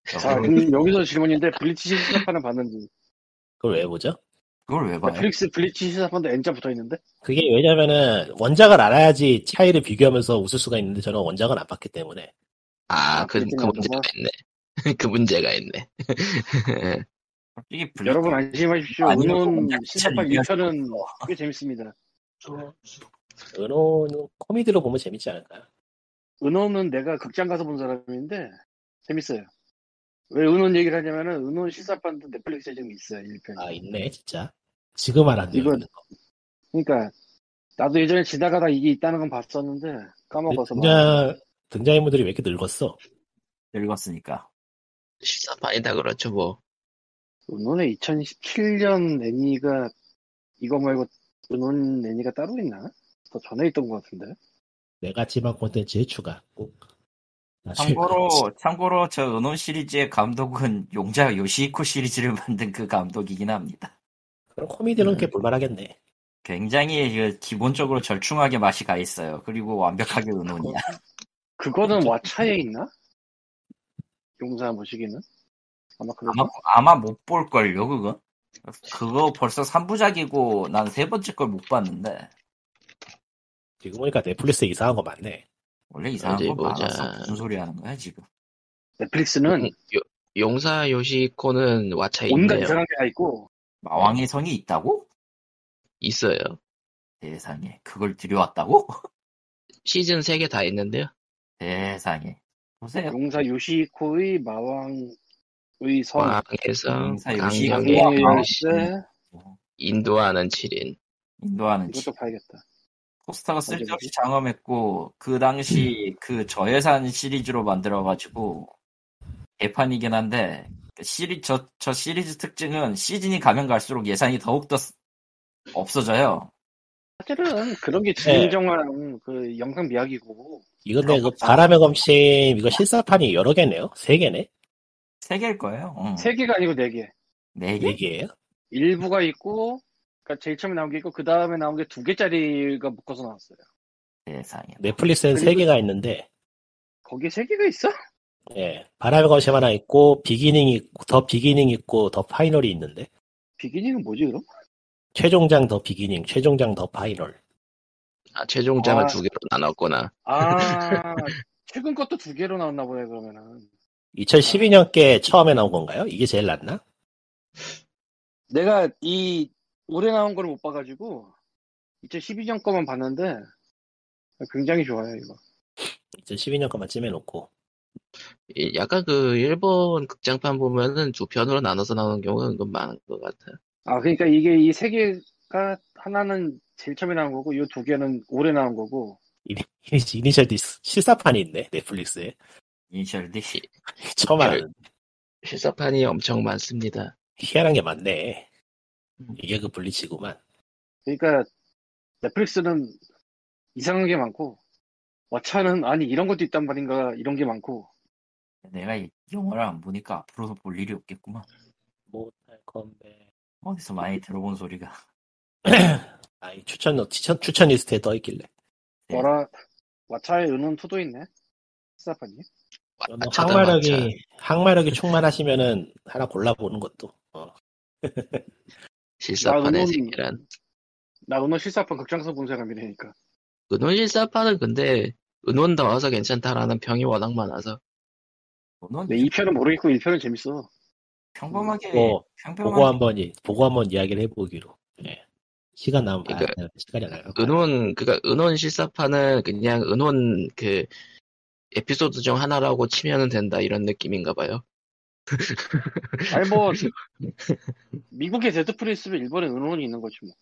Speaker 3: 자
Speaker 4: 아,
Speaker 2: 저걸,
Speaker 3: 아, 그럼 여기서 질문인데 블리치 시사판은 봤는지.
Speaker 4: 그걸 왜 보죠?
Speaker 2: 그걸 왜 봐요?
Speaker 3: 넷플릭스 아, 블리치 시사판도 N자 붙어 있는데.
Speaker 4: 그게 왜냐면은 원작을 알아야지 차이를 비교하면서 웃을 수가 있는데 저는 원작은 안 봤기 때문에
Speaker 1: 아, 그, 그
Speaker 3: 그렇구나.
Speaker 1: 문제가 있네. 그 문제가 있네.
Speaker 2: 솔직히 블리-
Speaker 3: 여러분 안심하십시오.
Speaker 2: 아니요,
Speaker 3: 은혼
Speaker 2: 그건
Speaker 3: 시사판
Speaker 2: 약간 어.
Speaker 3: 2편은 꽤 재밌습니다.
Speaker 4: 은호는 코미디로 보면 재밌지 않을까요?
Speaker 3: 은혼은 내가 극장 가서 본 사람인데 재밌어요. 왜 은혼 얘기를 하냐면은 은혼 시사판도 넷플릭스에 지금 있어요 1편
Speaker 4: 아 있네 진짜. 지금 알았네요.
Speaker 3: 이건 그러니까 나도 예전에 지나가다 이게 있다는 건 봤었는데 까먹어서
Speaker 2: 네,
Speaker 4: 등장 등장인물들이 왜 이렇게 늙었어?
Speaker 2: 늙었으니까.
Speaker 1: 실사판이다 그렇죠 뭐.
Speaker 3: 은혼의 2017년 애니가 이거 말고 은혼 애니가 따로 있나? 더 전에 있던 것 같은데
Speaker 4: 내가 지방 콘텐츠에 추가. 꼭. 나중에
Speaker 2: 참고로
Speaker 4: 그렇지.
Speaker 2: 참고로 저 은혼 시리즈의 감독은 용자 요시히코 시리즈를 만든 그 감독이긴 합니다.
Speaker 4: 그럼 코미디는
Speaker 1: 음.
Speaker 4: 꽤 볼만하겠네.
Speaker 2: 굉장히 그 기본적으로 절충하게 맛이 가 있어요. 그리고 완벽하게 은혼이야.
Speaker 3: 그거는 와차에 있나? 용사 모시기는? 아마 그럴
Speaker 2: 아마, 아마 못 볼걸요 그거? 그거 벌써 3부작이고 난 세 번째 걸 못 봤는데
Speaker 4: 지금 보니까 넷플릭스에 이상한 거 많네.
Speaker 2: 원래 이상한
Speaker 1: 어디
Speaker 2: 거
Speaker 1: 보자.
Speaker 2: 많았어. 무슨 소리 하는 거야 지금?
Speaker 3: 넷플릭스는
Speaker 1: 음, 요- 용사 요시코는 와차
Speaker 3: 온갖
Speaker 1: 네, 있네요.
Speaker 3: 이상한 게 다 있고
Speaker 2: 마왕의 성이 있다고?
Speaker 1: 있어요.
Speaker 2: 세상에 그걸 들여왔다고?
Speaker 1: 시즌 3개 다 있는데요.
Speaker 2: 세상에 보세요.
Speaker 3: 용사 요시코의 마왕의 성
Speaker 1: 아, 왕에서
Speaker 2: 음, 용사
Speaker 1: 강력의
Speaker 2: 요시코와
Speaker 3: 강의
Speaker 2: 마왕.
Speaker 1: 왕신,
Speaker 3: 열쇠
Speaker 1: 인도하는 7인.
Speaker 2: 인도하는 지
Speaker 3: 이것도 봐야겠다
Speaker 2: 포스터가 쓸데없이 장엄했고 그 당시 그 저예산 시리즈로 만들어가지고 개판이긴 한데 그 시리 저, 저 시리즈 특징은 시즌이 가면 갈수록 예산이 더욱더 쓰- 없어져요.
Speaker 3: 사실은 그런 게 진정한 그 영상 미학이고
Speaker 4: 이건데 그 바람의 검침 이거 실사판이 여러 개네요. 세 개네.
Speaker 2: 세 개일 거예요. 응.
Speaker 3: 세 개가 아니고 네 개.
Speaker 2: 네 개?
Speaker 4: 네 개예요.
Speaker 3: 일부가 있고 그러니까 제일 처음에 나온 게 있고 그 다음에 나온 게 두 개짜리가 묶어서 나왔어요.
Speaker 2: 세상에.
Speaker 4: 네. 넷플릭스엔 세 개가 있는데
Speaker 3: 거기에 세 개가 있어?
Speaker 4: 예, 바람의 검심 하나 있고 비기닝 있고 더 비기닝 있고 더 파이널이 있는데
Speaker 3: 비기닝은 뭐지 그럼?
Speaker 4: 최종장 더 비기닝, 최종장 더 파이널.
Speaker 1: 아, 최종장을
Speaker 3: 아.
Speaker 1: 두 개로 나눴구나.
Speaker 3: 아 최근 것도 두 개로 나왔나 보네 그러면은.
Speaker 4: 2012년께 처음에 나온 건가요? 이게 제일 낫나?
Speaker 3: 내가 이 올해 나온 거를 못 봐가지고 2012년 거만 봤는데 굉장히 좋아요 이거.
Speaker 4: 2012년 거만 찜해놓고
Speaker 1: 이- 약간 그 일본 극장판 보면은 두 편으로 나눠서 나오는 경우가 은근 많은 것 같아요.
Speaker 3: 아 그러니까 이게 이 세 개가 하나는 제일 처음에 나온 거고 이 두 개는 올해 나온 거고
Speaker 4: 이니시- 이니셜 디스 실사판이 있네 넷플릭스에
Speaker 2: 이니셜 D.
Speaker 4: 처음
Speaker 1: 예.
Speaker 4: 알았는데
Speaker 1: 실사판이 엄청 많습니다.
Speaker 4: 희한한 게 많네. 이게 그 분리치구만.
Speaker 3: 그러니까 넷플릭스는 이상한 게 많고 왓챠는 아니 이런 것도 있단 말인가 이런 게 많고
Speaker 2: 내가 이 영화를 안 보니까 앞으로도 볼 일이 없겠구만.
Speaker 4: 모탈 컴백.
Speaker 2: 어디서 많이 들어본 소리가.
Speaker 4: 아이 추천 추천 추천 리스트에 떠 있길래.
Speaker 2: 네.
Speaker 3: 뭐라 왓챠에 은혼 투도 있네 스타파니
Speaker 4: 그러면
Speaker 1: 와차다, 와차.
Speaker 4: 아, 어, 항마력이 항마력이 충만하시면은 하나 골라보는 것도. 어.
Speaker 1: 실사판의
Speaker 3: 나는-
Speaker 1: 세계란.
Speaker 3: 나 은혼 실사판 극장에서 본 사람이라니까
Speaker 1: 은혼 실사판은 근데 은혼 더워서 괜찮다라는 평이 워낙 많아서.
Speaker 2: 너는
Speaker 3: 근데 네, 2편은 뭐 모르겠고 1편은 재밌어
Speaker 2: 뭐, 평범하게
Speaker 4: 뭐, 보고
Speaker 2: 평범하게
Speaker 4: 한번 이- 보고 한번 이야기를 해보기로. 예. 시간 나면 봐야
Speaker 1: 그러니까
Speaker 4: 돼. 시간이 안 나요.
Speaker 1: 은혼 그니까 은혼 실사판은 그냥 은혼 그 에피소드 중 하나라고 치면은 된다 이런 느낌인가 봐요.
Speaker 3: 아니 뭐 미국의 데드풀이 있으면 일본에 은혼이 있는 거지 뭐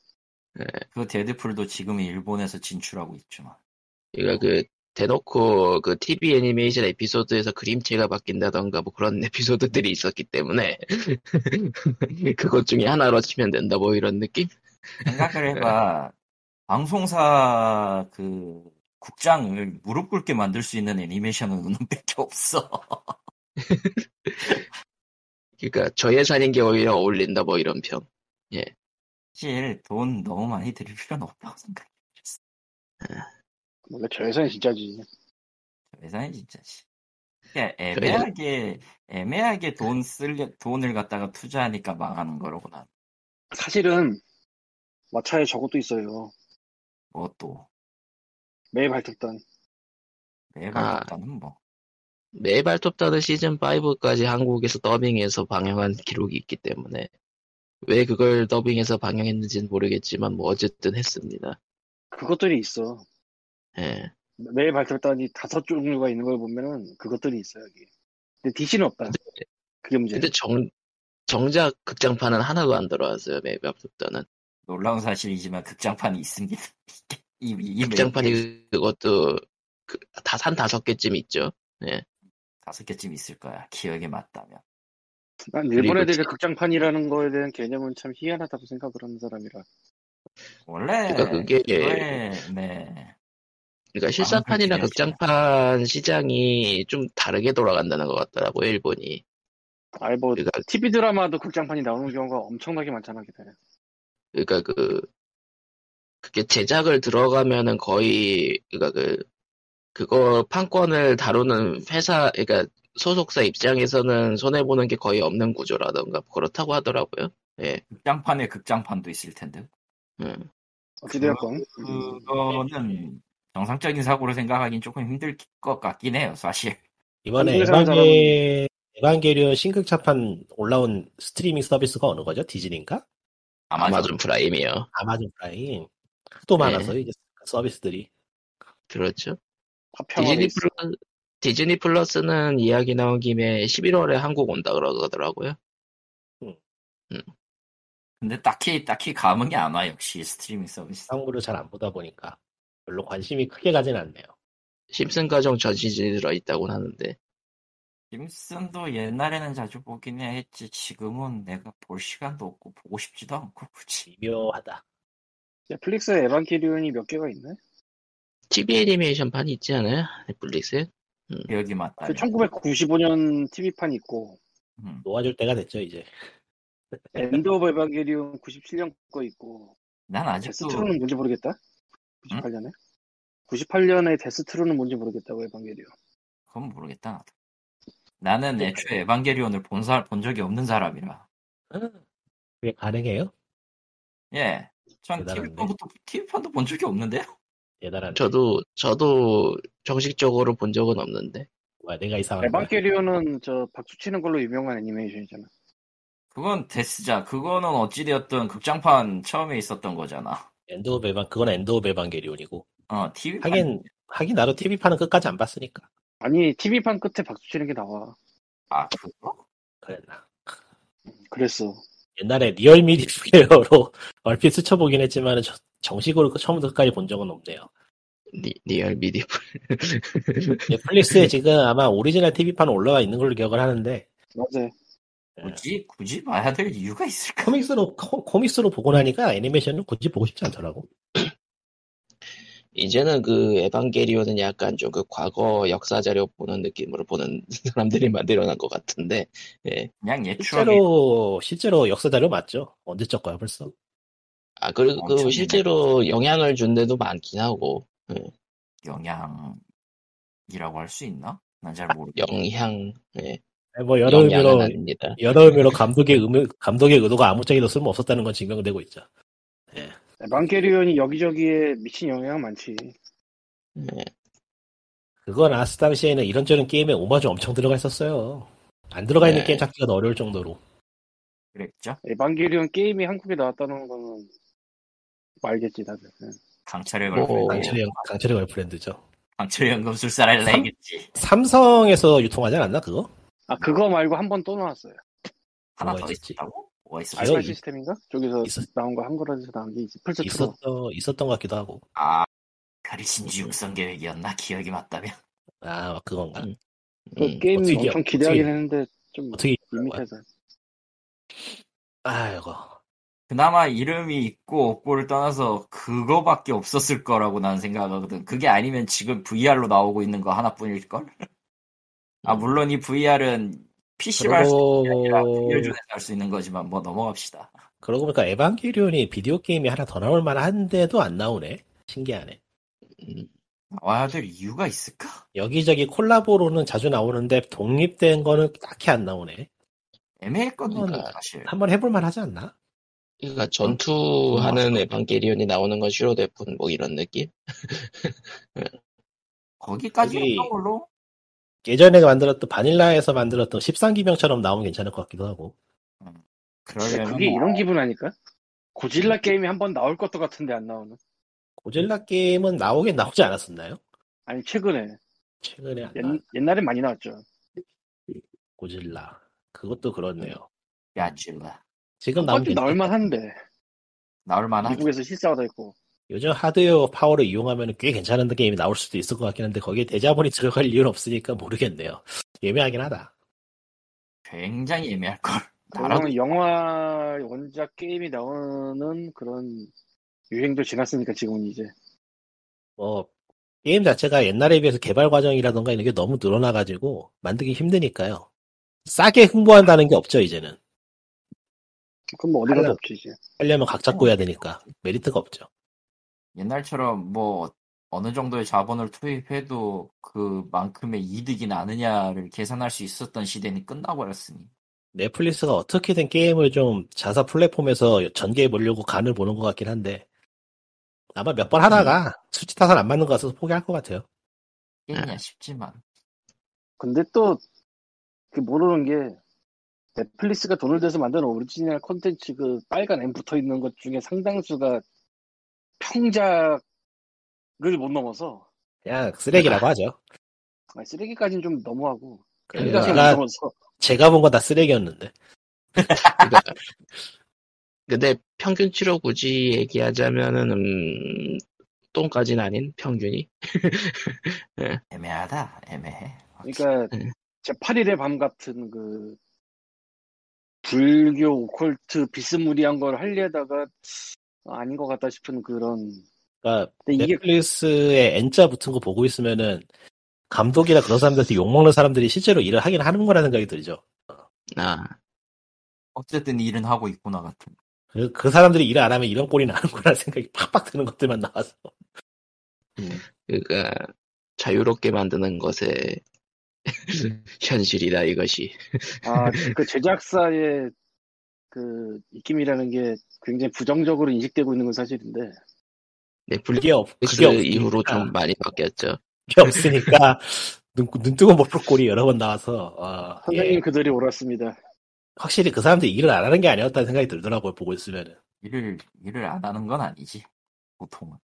Speaker 1: 예.
Speaker 2: 그 데드풀도 지금 일본에서 진출하고 있지만.
Speaker 1: 그러니까 그 대놓고 그 TV 애니메이션 에피소드에서 그림체가 바뀐다던가 뭐 그런 에피소드들이 있었기 때문에 그것 중에 하나로 치면 된다 뭐 이런 느낌?
Speaker 2: 생각을
Speaker 1: 네.
Speaker 2: 해봐. 방송사 그 국장을 무릎 꿇게 만들 수 있는 애니메이션은 은은밖에 없어.
Speaker 1: 그러니까 저예산인 게 오히려 어울린다 뭐 이런 평.
Speaker 2: 사실 돈 너무 많이 들일 필요는 없다고 생각해.
Speaker 3: 원래 저 예산이 뭐, 진짜지
Speaker 2: 회사는 진짜 씨. 그러니까 애매하게 애매하게 돈 쓸려 돈을 갖다가 투자하니까 망하는 거로구나.
Speaker 3: 사실은 왓챠에 저것도 있어요
Speaker 2: 뭐 또.
Speaker 3: 매일 발톱단
Speaker 1: 아.
Speaker 2: 내가 봤다는 뭐.
Speaker 1: 매발톱다는 시즌 5까지 한국에서 더빙해서 방영한 기록이 있기 때문에 왜 그걸 더빙해서 방영했는지는 모르겠지만 뭐 어쨌든 했습니다.
Speaker 3: 그것들이 있어
Speaker 1: 예.
Speaker 3: 매일 발톱단이 다섯 종류가 있는 걸 보면은 그것들이 있어 여기 근데 DC는 없다 그게 문제예요.
Speaker 1: 근데 정, 정작 극장판은 하나도 안 들어왔어요. 맵업부터는.
Speaker 2: 놀라운 사실이지만 극장판이 있습니다. 이, 이 메인
Speaker 1: 극장판이 그것도 그, 다산 다섯 개쯤 있죠.
Speaker 2: 다섯 개쯤 있을 거야. 기억이 맞다면.
Speaker 3: 난 일본
Speaker 1: 그리고
Speaker 3: 애들이
Speaker 1: 참-
Speaker 3: 극장판이라는 거에 대한 개념은 참 희한하다고 생각을 하는 사람이라
Speaker 2: 원래
Speaker 1: 그러니까 그게
Speaker 2: 그거에, 네.
Speaker 1: 그러니까 실사판이나
Speaker 2: 그렇긴
Speaker 1: 극장판 시장이 좀 다르게 돌아간다는 것 같더라고 요 일본이.
Speaker 3: 아이 뭐
Speaker 1: 그러니까
Speaker 3: TV 드라마도 극장판이 나오는 경우가 엄청나게 많잖아 기다려
Speaker 1: 그러니까 그 그게 제작을 들어가면은 거의 그러니까 그 그거 판권을 다루는 회사 그러니까 소속사 입장에서는 손해 보는 게 거의 없는 구조라던가 그렇다고 하더라고요.
Speaker 2: 극장판에 극장판도 있을 텐데.
Speaker 1: 음.
Speaker 3: 어찌되었건 음,
Speaker 2: 그거는 정상적인 사고로 생각하기는 조금 힘들 것 같긴 해요, 사실.
Speaker 4: 이번에
Speaker 3: 한국에서 하는
Speaker 4: 에반게, 에반게리온 신극차판 올라온 스트리밍 서비스가 어느 거죠? 디즈니인가?
Speaker 1: 아마존,
Speaker 2: 아마존.
Speaker 1: 프라임이요.
Speaker 4: 아마존 프라임. 또
Speaker 1: 네.
Speaker 4: 많아서 이제 서비스들이.
Speaker 1: 그렇죠.
Speaker 3: 파평하고
Speaker 1: 디즈니
Speaker 3: 있어
Speaker 1: 플러스 디즈니 플러스는 이야기 나온 김에 11월에 한국 온다 그러더라고요.
Speaker 2: 근데 딱히, 딱히 감흥이 안 와, 역시 스트리밍 서비스.
Speaker 4: 상부를 잘 안 보다 보니까 별로 관심이 크게 가진 않네요.
Speaker 1: 심슨 가정 전 시즌이 들어있다고 하는데
Speaker 2: 심슨도 옛날에는 자주 보긴 했지, 지금은 내가 볼 시간도 없고, 보고 싶지도 않고, 굳이.
Speaker 4: 미묘하다.
Speaker 3: 넷플릭스에 에반게리온이 몇 개가 있네
Speaker 1: TV 애니메이션판이 있지 않아요? 넷플릭스에?
Speaker 2: 기억이 맞다면.
Speaker 3: 그 1995년 TV판 있고
Speaker 2: 음.
Speaker 4: 놓아줄 때가 됐죠, 이제.
Speaker 3: 엔드 오브 에반게리온 97년 거 있고
Speaker 2: 난 아직도,
Speaker 3: 데스트로는 뭔지 모르겠다 98년에 98년에 데스트로는 뭔지 모르겠다고 에반게리온
Speaker 2: 그건 모르겠다, 나도. 나는 애초에 에반게리온을 본, 사, 본 적이 없는 사람이라.
Speaker 4: 아, 그게 가능해요?
Speaker 2: 예. 전
Speaker 4: 대단한데.
Speaker 2: TV판부터, TV판도 본 적이 없는데요?
Speaker 4: 대단한.
Speaker 1: 저도 저도 정식적으로 본 적은 없는데
Speaker 4: 뭐야, 내가 이상한 거야.
Speaker 3: 에반게리온은 저 박수 치는 걸로 유명한 애니메이션이잖아
Speaker 2: 그건 데스자. 그거는 어찌되었든 극장판 처음에 있었던 거잖아.
Speaker 4: 엔드 오브 에반, 그건 엔드 오브 에반게리온이고.
Speaker 2: 어,
Speaker 1: 음.
Speaker 2: TV판.
Speaker 4: 하긴, 하긴 나도 TV판은 끝까지 안 봤으니까.
Speaker 3: 아니 TV판 끝에 박수 치는 게 나와
Speaker 2: 아, 그거?
Speaker 4: 그랬나.
Speaker 3: 그랬어
Speaker 4: 옛날에 리얼미디 플레이어로 얼핏 스쳐보긴 했지만 정식으로 그 처음부터 끝까지 본 적은 없네요.
Speaker 1: 리, 리얼 미디어
Speaker 4: 넷플릭스에 지금 아마 오리지널 TV판 올라와 있는 걸로 기억을 하는데
Speaker 3: 맞아
Speaker 4: 예.
Speaker 2: 굳이, 굳이 봐야 될 이유가 있을까?
Speaker 4: 코믹스로 코, 코믹스로 보고 나니까 애니메이션을 굳이 보고 싶지 않더라고.
Speaker 1: 이제는 그 에반게리온은 약간 좀 그 과거 역사 자료 보는 느낌으로 보는 사람들이 만들어낸 것 같은데 예.
Speaker 2: 그냥 예추하게
Speaker 4: 실제로 실제로 역사 자료 맞죠? 언제적 거야 벌써?
Speaker 1: 아 그리고 그
Speaker 2: 엄청이네.
Speaker 1: 실제로 영향을 준 데도 많긴 하고
Speaker 2: 영향이라고 할 수 있나? 난 잘 모르겠어.
Speaker 1: 영향 예.
Speaker 4: 아니, 뭐 여러
Speaker 1: 영향은
Speaker 4: 의미로
Speaker 1: 아닙니다.
Speaker 4: 여러 의미로 감독의 의미, 감독의 의도가 아무짝에도 쓸모 없었다는 건 증명되고 있죠.
Speaker 3: 에반게리온이 여기저기에 미친 영향 많지
Speaker 1: 예.
Speaker 4: 그건 아스 당시에는 이런저런 게임에 오마주 엄청 들어가 있었어요. 안 들어가 있는
Speaker 1: 네.
Speaker 4: 게임 찾기가 더 어려울 정도로.
Speaker 2: 그랬죠?
Speaker 3: 에반게리온 게임이 한국에 나왔다는 거는 말겠지 다들 응.
Speaker 2: 강철의
Speaker 1: 뭐,
Speaker 2: 걸프.
Speaker 4: 강철의 강철의 걸프렌드죠.
Speaker 2: 강철의 연금술사를
Speaker 4: 삼-
Speaker 2: 내겠지.
Speaker 4: 삼성에서 유통하지 않았나 그거?
Speaker 3: 아 그거 말고 한 번 또 나왔어요
Speaker 2: 하나
Speaker 4: 뭐가
Speaker 2: 더
Speaker 4: 있었지?
Speaker 2: 있었다고? 뭐가 있었지?
Speaker 4: 아이고.
Speaker 3: 알바 시스템인가? 저기서
Speaker 4: 있었-
Speaker 3: 나온 거 한글화돼서 나온 게 이제 플스
Speaker 4: 있었던
Speaker 3: 투로
Speaker 4: 있었던 것 같기도 하고.
Speaker 2: 아, 가리신지 육성 계획이었나? 기억이 맞다면.
Speaker 4: 아 그건가?
Speaker 1: 음.
Speaker 3: 그
Speaker 1: 음.
Speaker 3: 게임
Speaker 4: 어떻게
Speaker 3: 엄청
Speaker 4: 기억-
Speaker 3: 기대하긴
Speaker 4: 어떻게-
Speaker 3: 했는데 좀
Speaker 4: 어떻게 이런 거야?
Speaker 3: 밋밋해서
Speaker 4: 아이고
Speaker 2: 그나마 이름이 있고 없고를 떠나서 그거밖에 없었을 거라고 난 생각하거든. 그게 아니면 지금 VR로 나오고 있는 거 하나뿐일걸? 아,
Speaker 3: 음.
Speaker 2: 물론 이 VR은 PC로 할 수 아니라
Speaker 4: 그러고
Speaker 2: VR존에서 할 수 있는 거지만 뭐 넘어갑시다.
Speaker 4: 그러고 보니까 에반게리온이 비디오 게임이 하나 더 나올 만한데도 안 나오네. 신기하네.
Speaker 2: 나와야 될 이유가 있을까?
Speaker 4: 여기저기 콜라보로는 자주 나오는데 독립된 거는 딱히 안 나오네.
Speaker 2: 애매했거든,
Speaker 1: 그러니까
Speaker 2: 사실.
Speaker 4: 한번 해볼만 하지 않나?
Speaker 1: 그러니까 전투하는 에반게리온이 나오는 건 슈로 데폰 뭐 이런 느낌?
Speaker 2: 거기까지였던
Speaker 4: 여기-
Speaker 2: 걸로?
Speaker 4: 예전에 만들었던 바닐라에서 만들었던 13기병처럼 나오면 괜찮을 것 같기도 하고.
Speaker 3: 근데
Speaker 2: 그러려면 뭐
Speaker 3: 그게 이런 뭐 기분 아닐까? 고질라 게임이 한 번 나올 것도 같은데 안 나오는
Speaker 4: 고질라 게임은 나오긴 나오지 않았었나요?
Speaker 3: 아니 최근에
Speaker 4: 최근에 안
Speaker 3: 옛,
Speaker 4: 나
Speaker 3: 옛날엔 많이 나왔죠
Speaker 4: 고질라. 그것도 그렇네요.
Speaker 2: 야, 찔라.
Speaker 4: 지금 나온
Speaker 3: 어차피
Speaker 4: 게
Speaker 3: 나올만 한데
Speaker 2: 나올만한.
Speaker 3: 미국에서 실사화도 있고
Speaker 4: 요즘 하드웨어 파워를 이용하면 꽤 괜찮은 게임이 나올 수도 있을 것 같긴 한데 거기에 대자본이 들어갈 이유는 없으니까 모르겠네요. 예매하긴 하다.
Speaker 2: 굉장히 애매할걸. 나라도
Speaker 3: 나랑 영화 원작 게임이 나오는 그런 유행도 지났으니까 지금은 이제
Speaker 4: 뭐 게임 자체가 옛날에 비해서 개발 과정이라던가 이런 게 너무 늘어나가지고 만들기 힘드니까요. 싸게 흥보한다는 게 없죠 이제는.
Speaker 3: 그럼 뭐 어디 가도
Speaker 4: 하려면-
Speaker 3: 없지 이제
Speaker 4: 하려면 각
Speaker 3: 어.
Speaker 4: 잡고 해야 되니까 메리트가 없죠.
Speaker 2: 옛날처럼 뭐 어느 정도의 자본을 투입해도 그만큼의 이득이 나느냐를 계산할 수 있었던 시대는 끝나버렸으니.
Speaker 4: 넷플릭스가 어떻게든 게임을 좀 자사 플랫폼에서 전개해 보려고 간을 보는 것 같긴 한데 아마 몇 번 하다가 수치 타선 안 맞는 것 같아서 포기할 것 같아요.
Speaker 2: 게임이야 싶지만.
Speaker 3: 근데 또 그 모르는 게 넷플릭스가 돈을 대서 만든 오리지널 콘텐츠 그 빨간 M 붙어 있는 것 중에 상당수가 평작을 못 넘어서
Speaker 4: 그냥 쓰레기라고 하죠.
Speaker 3: 아, 쓰레기까지는 좀 너무하고
Speaker 4: 그러니까
Speaker 3: 평작을 못
Speaker 4: 제가
Speaker 3: 넘어서
Speaker 4: 제가 본 건 다 쓰레기였는데
Speaker 1: 근데 평균치로 굳이 얘기하자면은 음, 똥까지는 아닌 평균이
Speaker 2: 애매하다, 애매해.
Speaker 4: 아,
Speaker 3: 그러니까
Speaker 1: 네.
Speaker 3: 제 8일의 밤 같은 그 불교 오컬트 비스무리한 걸 하려다가 아닌 것 같다 싶은 그런
Speaker 4: 그러니까
Speaker 3: 근데 이게
Speaker 4: 넷플릭스에 N자 붙은 거 보고 있으면은 감독이나 그런 사람들한테 욕먹는 사람들이 실제로 일을 하긴 하는 거라는 생각이 들죠.
Speaker 1: 아
Speaker 2: 어쨌든 일은 하고 있구나 같은.
Speaker 4: 그, 그 사람들이 일을 안 하면 이런 꼴이 나는구나 생각이 팍팍 드는 것들만 나와서
Speaker 1: 그러니까 자유롭게 만드는 것의
Speaker 4: 음.
Speaker 1: 현실이다 이것이
Speaker 3: 아, 그 제작사의 그 입김이라는 게 굉장히 부정적으로 인식되고 있는 건 사실인데
Speaker 1: 넷플릭스
Speaker 4: 그게 없 그게
Speaker 1: 이후로
Speaker 4: 없으니까.
Speaker 1: 좀 많이 바뀌었죠.
Speaker 4: 게 없으니까 눈, 눈 뜨고 못 볼 꼴이 여러 번 나와서 어,
Speaker 3: 선생님
Speaker 4: 예.
Speaker 3: 그들이 옳았습니다.
Speaker 4: 확실히 그 사람들이 일을 안 하는 게 아니었다는 생각이 들더라고요 보고 있으면은
Speaker 2: 일을, 일을 안 하는 건 아니지. 보통은.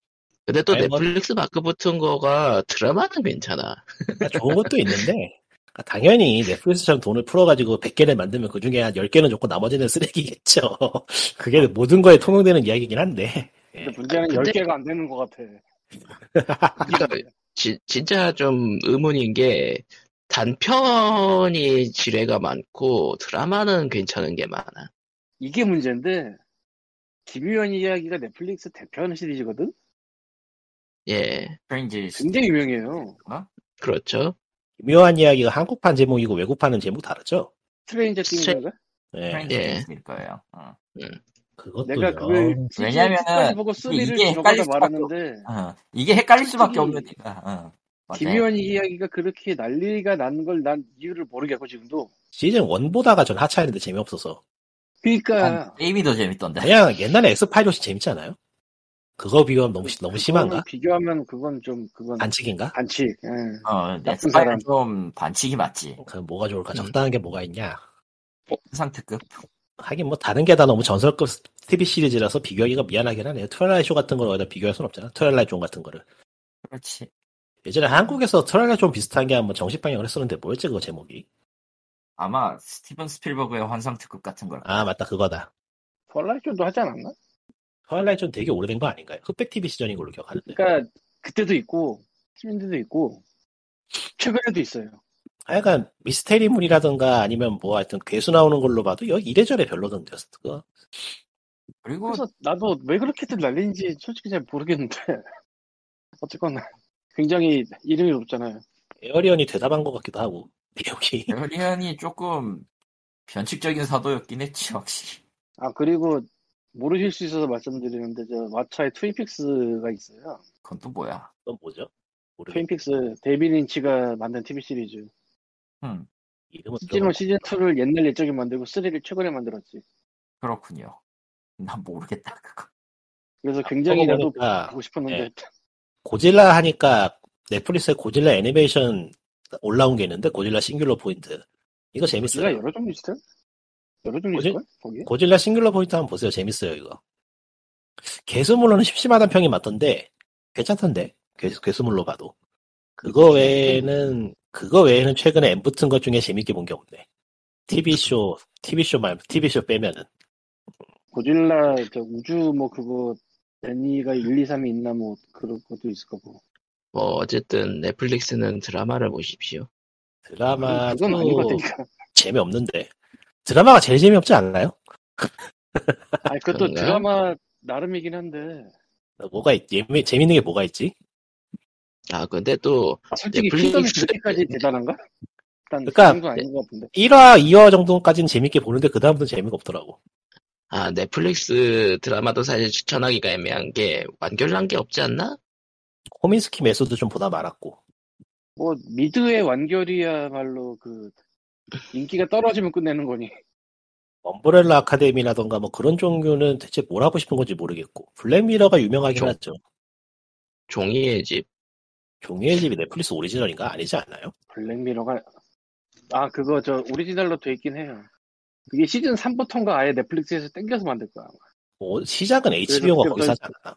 Speaker 1: 근데 또
Speaker 4: 아니, 뭐-
Speaker 1: 넷플릭스 마크 붙은 거가 드라마는 괜찮아.
Speaker 4: 그러니까 좋은 것도 있는데 그러니까 당연히 넷플릭스처럼 돈을 풀어가지고 100개를 만들면 그 중에 한 10개는 좋고 나머지는 쓰레기겠죠 그게 모든 거에 통용되는 이야기긴 한데
Speaker 3: 근데 문제는
Speaker 1: 아니,
Speaker 3: 열
Speaker 1: 근데-
Speaker 3: 10개가 안 되는 것 같아.
Speaker 1: 그러니까 지- 진짜 좀 의문인 게 단편이 지뢰가 많고 드라마는 괜찮은 게 많아.
Speaker 3: 이게 문제인데 김유현 이야기가 넷플릭스 대표하는 시리즈거든?
Speaker 1: 예,
Speaker 2: 스트레인지
Speaker 3: 굉장히 유명해요.
Speaker 2: 스테이트구나?
Speaker 1: 그렇죠.
Speaker 4: 묘한 이야기가 한국판 제목이고 외국판은 제목 다르죠
Speaker 3: 스트레인저 띵인가?
Speaker 4: 예,
Speaker 2: 스트레인지
Speaker 1: 예.
Speaker 2: 스테이트일 거예요. 어.
Speaker 4: 그것도요
Speaker 3: 네. 내가 그걸
Speaker 2: 왜냐면은
Speaker 3: 시즌2까지 보고
Speaker 2: 이게
Speaker 3: 3를
Speaker 2: 헷갈릴
Speaker 3: 들어가다
Speaker 2: 수밖에
Speaker 3: 말았는데
Speaker 2: 어. 이게 헷갈릴 수밖에
Speaker 3: 솔직히
Speaker 2: 없는 애가. 어. 맞아.
Speaker 3: 김유현 이야기가 그렇게 난리가 난 걸 난 이유를 모르겠고 지금도
Speaker 4: 시즌 1보다가 전 하차했는데 재미없어서
Speaker 3: 그러니까
Speaker 2: 게임이 더 재밌던데.
Speaker 4: 그냥 옛날에 엑스파일 혹시 재밌지 않아요? 그거 비교하면 너무, 시- 너무 심한가?
Speaker 3: 그거는 비교하면 그건 좀 그건
Speaker 4: 반칙인가?
Speaker 3: 반칙. 예.
Speaker 2: 어,
Speaker 3: 나쁜
Speaker 2: 엑스파일은
Speaker 3: 사람.
Speaker 2: 좀 반칙이 맞지.
Speaker 4: 그 뭐가 좋을까?
Speaker 1: 음.
Speaker 4: 적당한 게 뭐가 있냐?
Speaker 2: 상태급.
Speaker 4: 하긴 뭐 다른 게 다 너무 전설급 TV 시리즈라서 비교하기가 미안하긴 하네요. 트와일라이트 쇼 같은 걸 어디다 비교할 순 없잖아. 트와일라이트 존 같은 거를.
Speaker 2: 그렇지.
Speaker 4: 예전에 한국에서 트와일라이트 존 비슷한 게 한번 정식 방영을 했었는데 뭐였지 그거 제목이?
Speaker 2: 아마 스티븐 스필버그의 환상특급 같은 걸.
Speaker 4: 아 맞다 그거다.
Speaker 3: 폴라리존도 하지 않았나?
Speaker 4: 트와일라이트 존 되게 오래된 거 아닌가요? 흑백 TV 시절인 걸로 기억하는데.
Speaker 3: 그러니까 그때도 있고 팀인데도 있고 최근에도 있어요.
Speaker 4: 하여간 미스테리물이라든가 아니면 뭐 하여튼 괴수 나오는 걸로 봐도 여기 이래저래 별로던데요. 그거.
Speaker 2: 그리고
Speaker 4: 어.
Speaker 3: 그래서 나도 왜 그렇게들 난리인지 솔직히 잘 모르겠는데 어쨌거나 굉장히 이름이 높잖아요.
Speaker 4: 에어리언이 대답한 것 같기도 하고 내용이.
Speaker 2: 에어리언이 조금 변칙적인 사도였긴 했지 확실히.
Speaker 3: 아 그리고 모르실 수 있어서 말씀드리는데 저 왓챠에 트윈픽스가 있어요.
Speaker 2: 그건 또 뭐야?
Speaker 4: 그건 뭐죠? 모르겠.
Speaker 3: 트윈픽스 데이비 린치가 만든 TV 시리즈.
Speaker 2: 음,
Speaker 4: 이름은
Speaker 3: 시즌 1, 시즌 2를 옛날 옛적에 만들고 3를 최근에 만들었지.
Speaker 2: 그렇군요. 난 모르겠다 그거.
Speaker 3: 그래서
Speaker 4: 아,
Speaker 3: 굉장히
Speaker 4: 그러고
Speaker 3: 나도
Speaker 4: 보니까,
Speaker 3: 보고 싶었는데
Speaker 4: 예. 고질라 하니까 넷플릭스에 고질라 애니메이션 올라온 게 있는데 고질라 싱귤러 포인트 이거
Speaker 3: 우리가
Speaker 4: 재밌어요.
Speaker 3: 여러 종류 있어요? 여러 종류
Speaker 4: 뭐지?
Speaker 3: 있을 거야? 거기에?
Speaker 4: 고질라 싱귤러 포인트 한번 보세요. 재밌어요 이거. 개수물로는 심심하다는 평이 맞던데 괜찮던데 개, 개수물로 봐도 그거 외에는 그거 외에는 최근에 엠 붙은 것 중에 재밌게 본 게 없네. TV쇼, TV쇼 말, TV쇼 빼면은.
Speaker 3: 고질라 저 우주 뭐 그거 애니가 1, 2, 3이 있나 뭐 그런 것도 있을 거고
Speaker 1: 뭐 어쨌든 넷플릭스는 드라마를 보십시오.
Speaker 4: 드라마도
Speaker 3: 그건 아닌 것 같으니까
Speaker 4: 재미없는데. 드라마가 제일 재미없지 않나요?
Speaker 3: 아니 그것도
Speaker 1: 그런가요?
Speaker 3: 드라마 나름이긴 한데
Speaker 4: 뭐가 있, 재미, 재밌는 게 뭐가 있지?
Speaker 1: 아 근데 또
Speaker 3: 아, 솔직히
Speaker 1: 넷플릭스-
Speaker 3: 팬덤이 그렇게까지 대단한가? 일단
Speaker 4: 그러니까-
Speaker 3: 그런 건 아닌 것 같은데
Speaker 4: 1화, 2화 정도까지는 재밌게 보는데 그다음부터는 재미가 없더라고.
Speaker 1: 아, 넷플릭스 드라마도 사실 추천하기가 애매한 게 완결난 게 없지 않나?
Speaker 4: 코민스키 메소드 좀 보다 말았고.
Speaker 3: 뭐 미드의 완결이야말로 그 인기가 떨어지면 끝내는 거니
Speaker 4: 엄브렐라 아카데미라던가 뭐 그런 종류는 대체 뭘 하고 싶은 건지 모르겠고. 블랙미러가 유명하긴
Speaker 1: 종-
Speaker 4: 하죠.
Speaker 1: 종이의 집.
Speaker 4: 종이의 집이 넷플릭스 오리지널인가 아니지 않나요?
Speaker 3: 블랙미러가 아 그거 저 오리지널로 돼 있긴 해요 그게 시즌 3부터인가 아예 넷플릭스에서 땡겨서 만들 거야 아마.
Speaker 4: 뭐 시작은
Speaker 3: 그래서
Speaker 4: HBO가 거기서 하지 않나?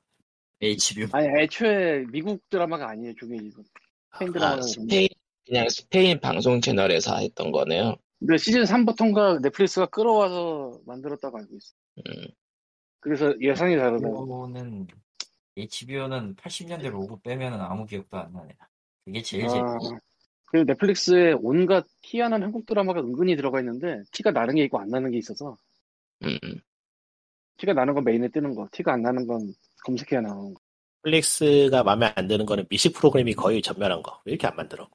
Speaker 2: HBO.
Speaker 3: 아니 애초에 미국 드라마가 아니에요 중일집은 스페인
Speaker 1: 아,
Speaker 3: 드라마는
Speaker 1: 스페인, 그냥 스페인 방송 채널에서 했던 거네요.
Speaker 3: 근데 시즌 3부터인가 넷플릭스가 끌어와서 만들었다고 알고 있어
Speaker 1: 음.
Speaker 3: 그래서 예상이 다르다
Speaker 2: HBO는 HBO는 80년대 로고 빼면은 아무 기억도 안 나네. 그게
Speaker 4: 예,
Speaker 2: 제일 재밌.
Speaker 3: 아, 그리고 넷플릭스에 온갖 희한한 한국 드라마가 은근히 들어가 있는데 티가 나는 게 있고 안 나는 게 있어서
Speaker 1: 음, 음.
Speaker 3: 티가 나는 건 메인에 뜨는 거, 티가 안 나는 건 검색해야 나오는 거.
Speaker 4: 넷플릭스가 마음에 안 드는 거는 미식 프로그램이 거의 전멸한 거. 왜 이렇게 안 만들어?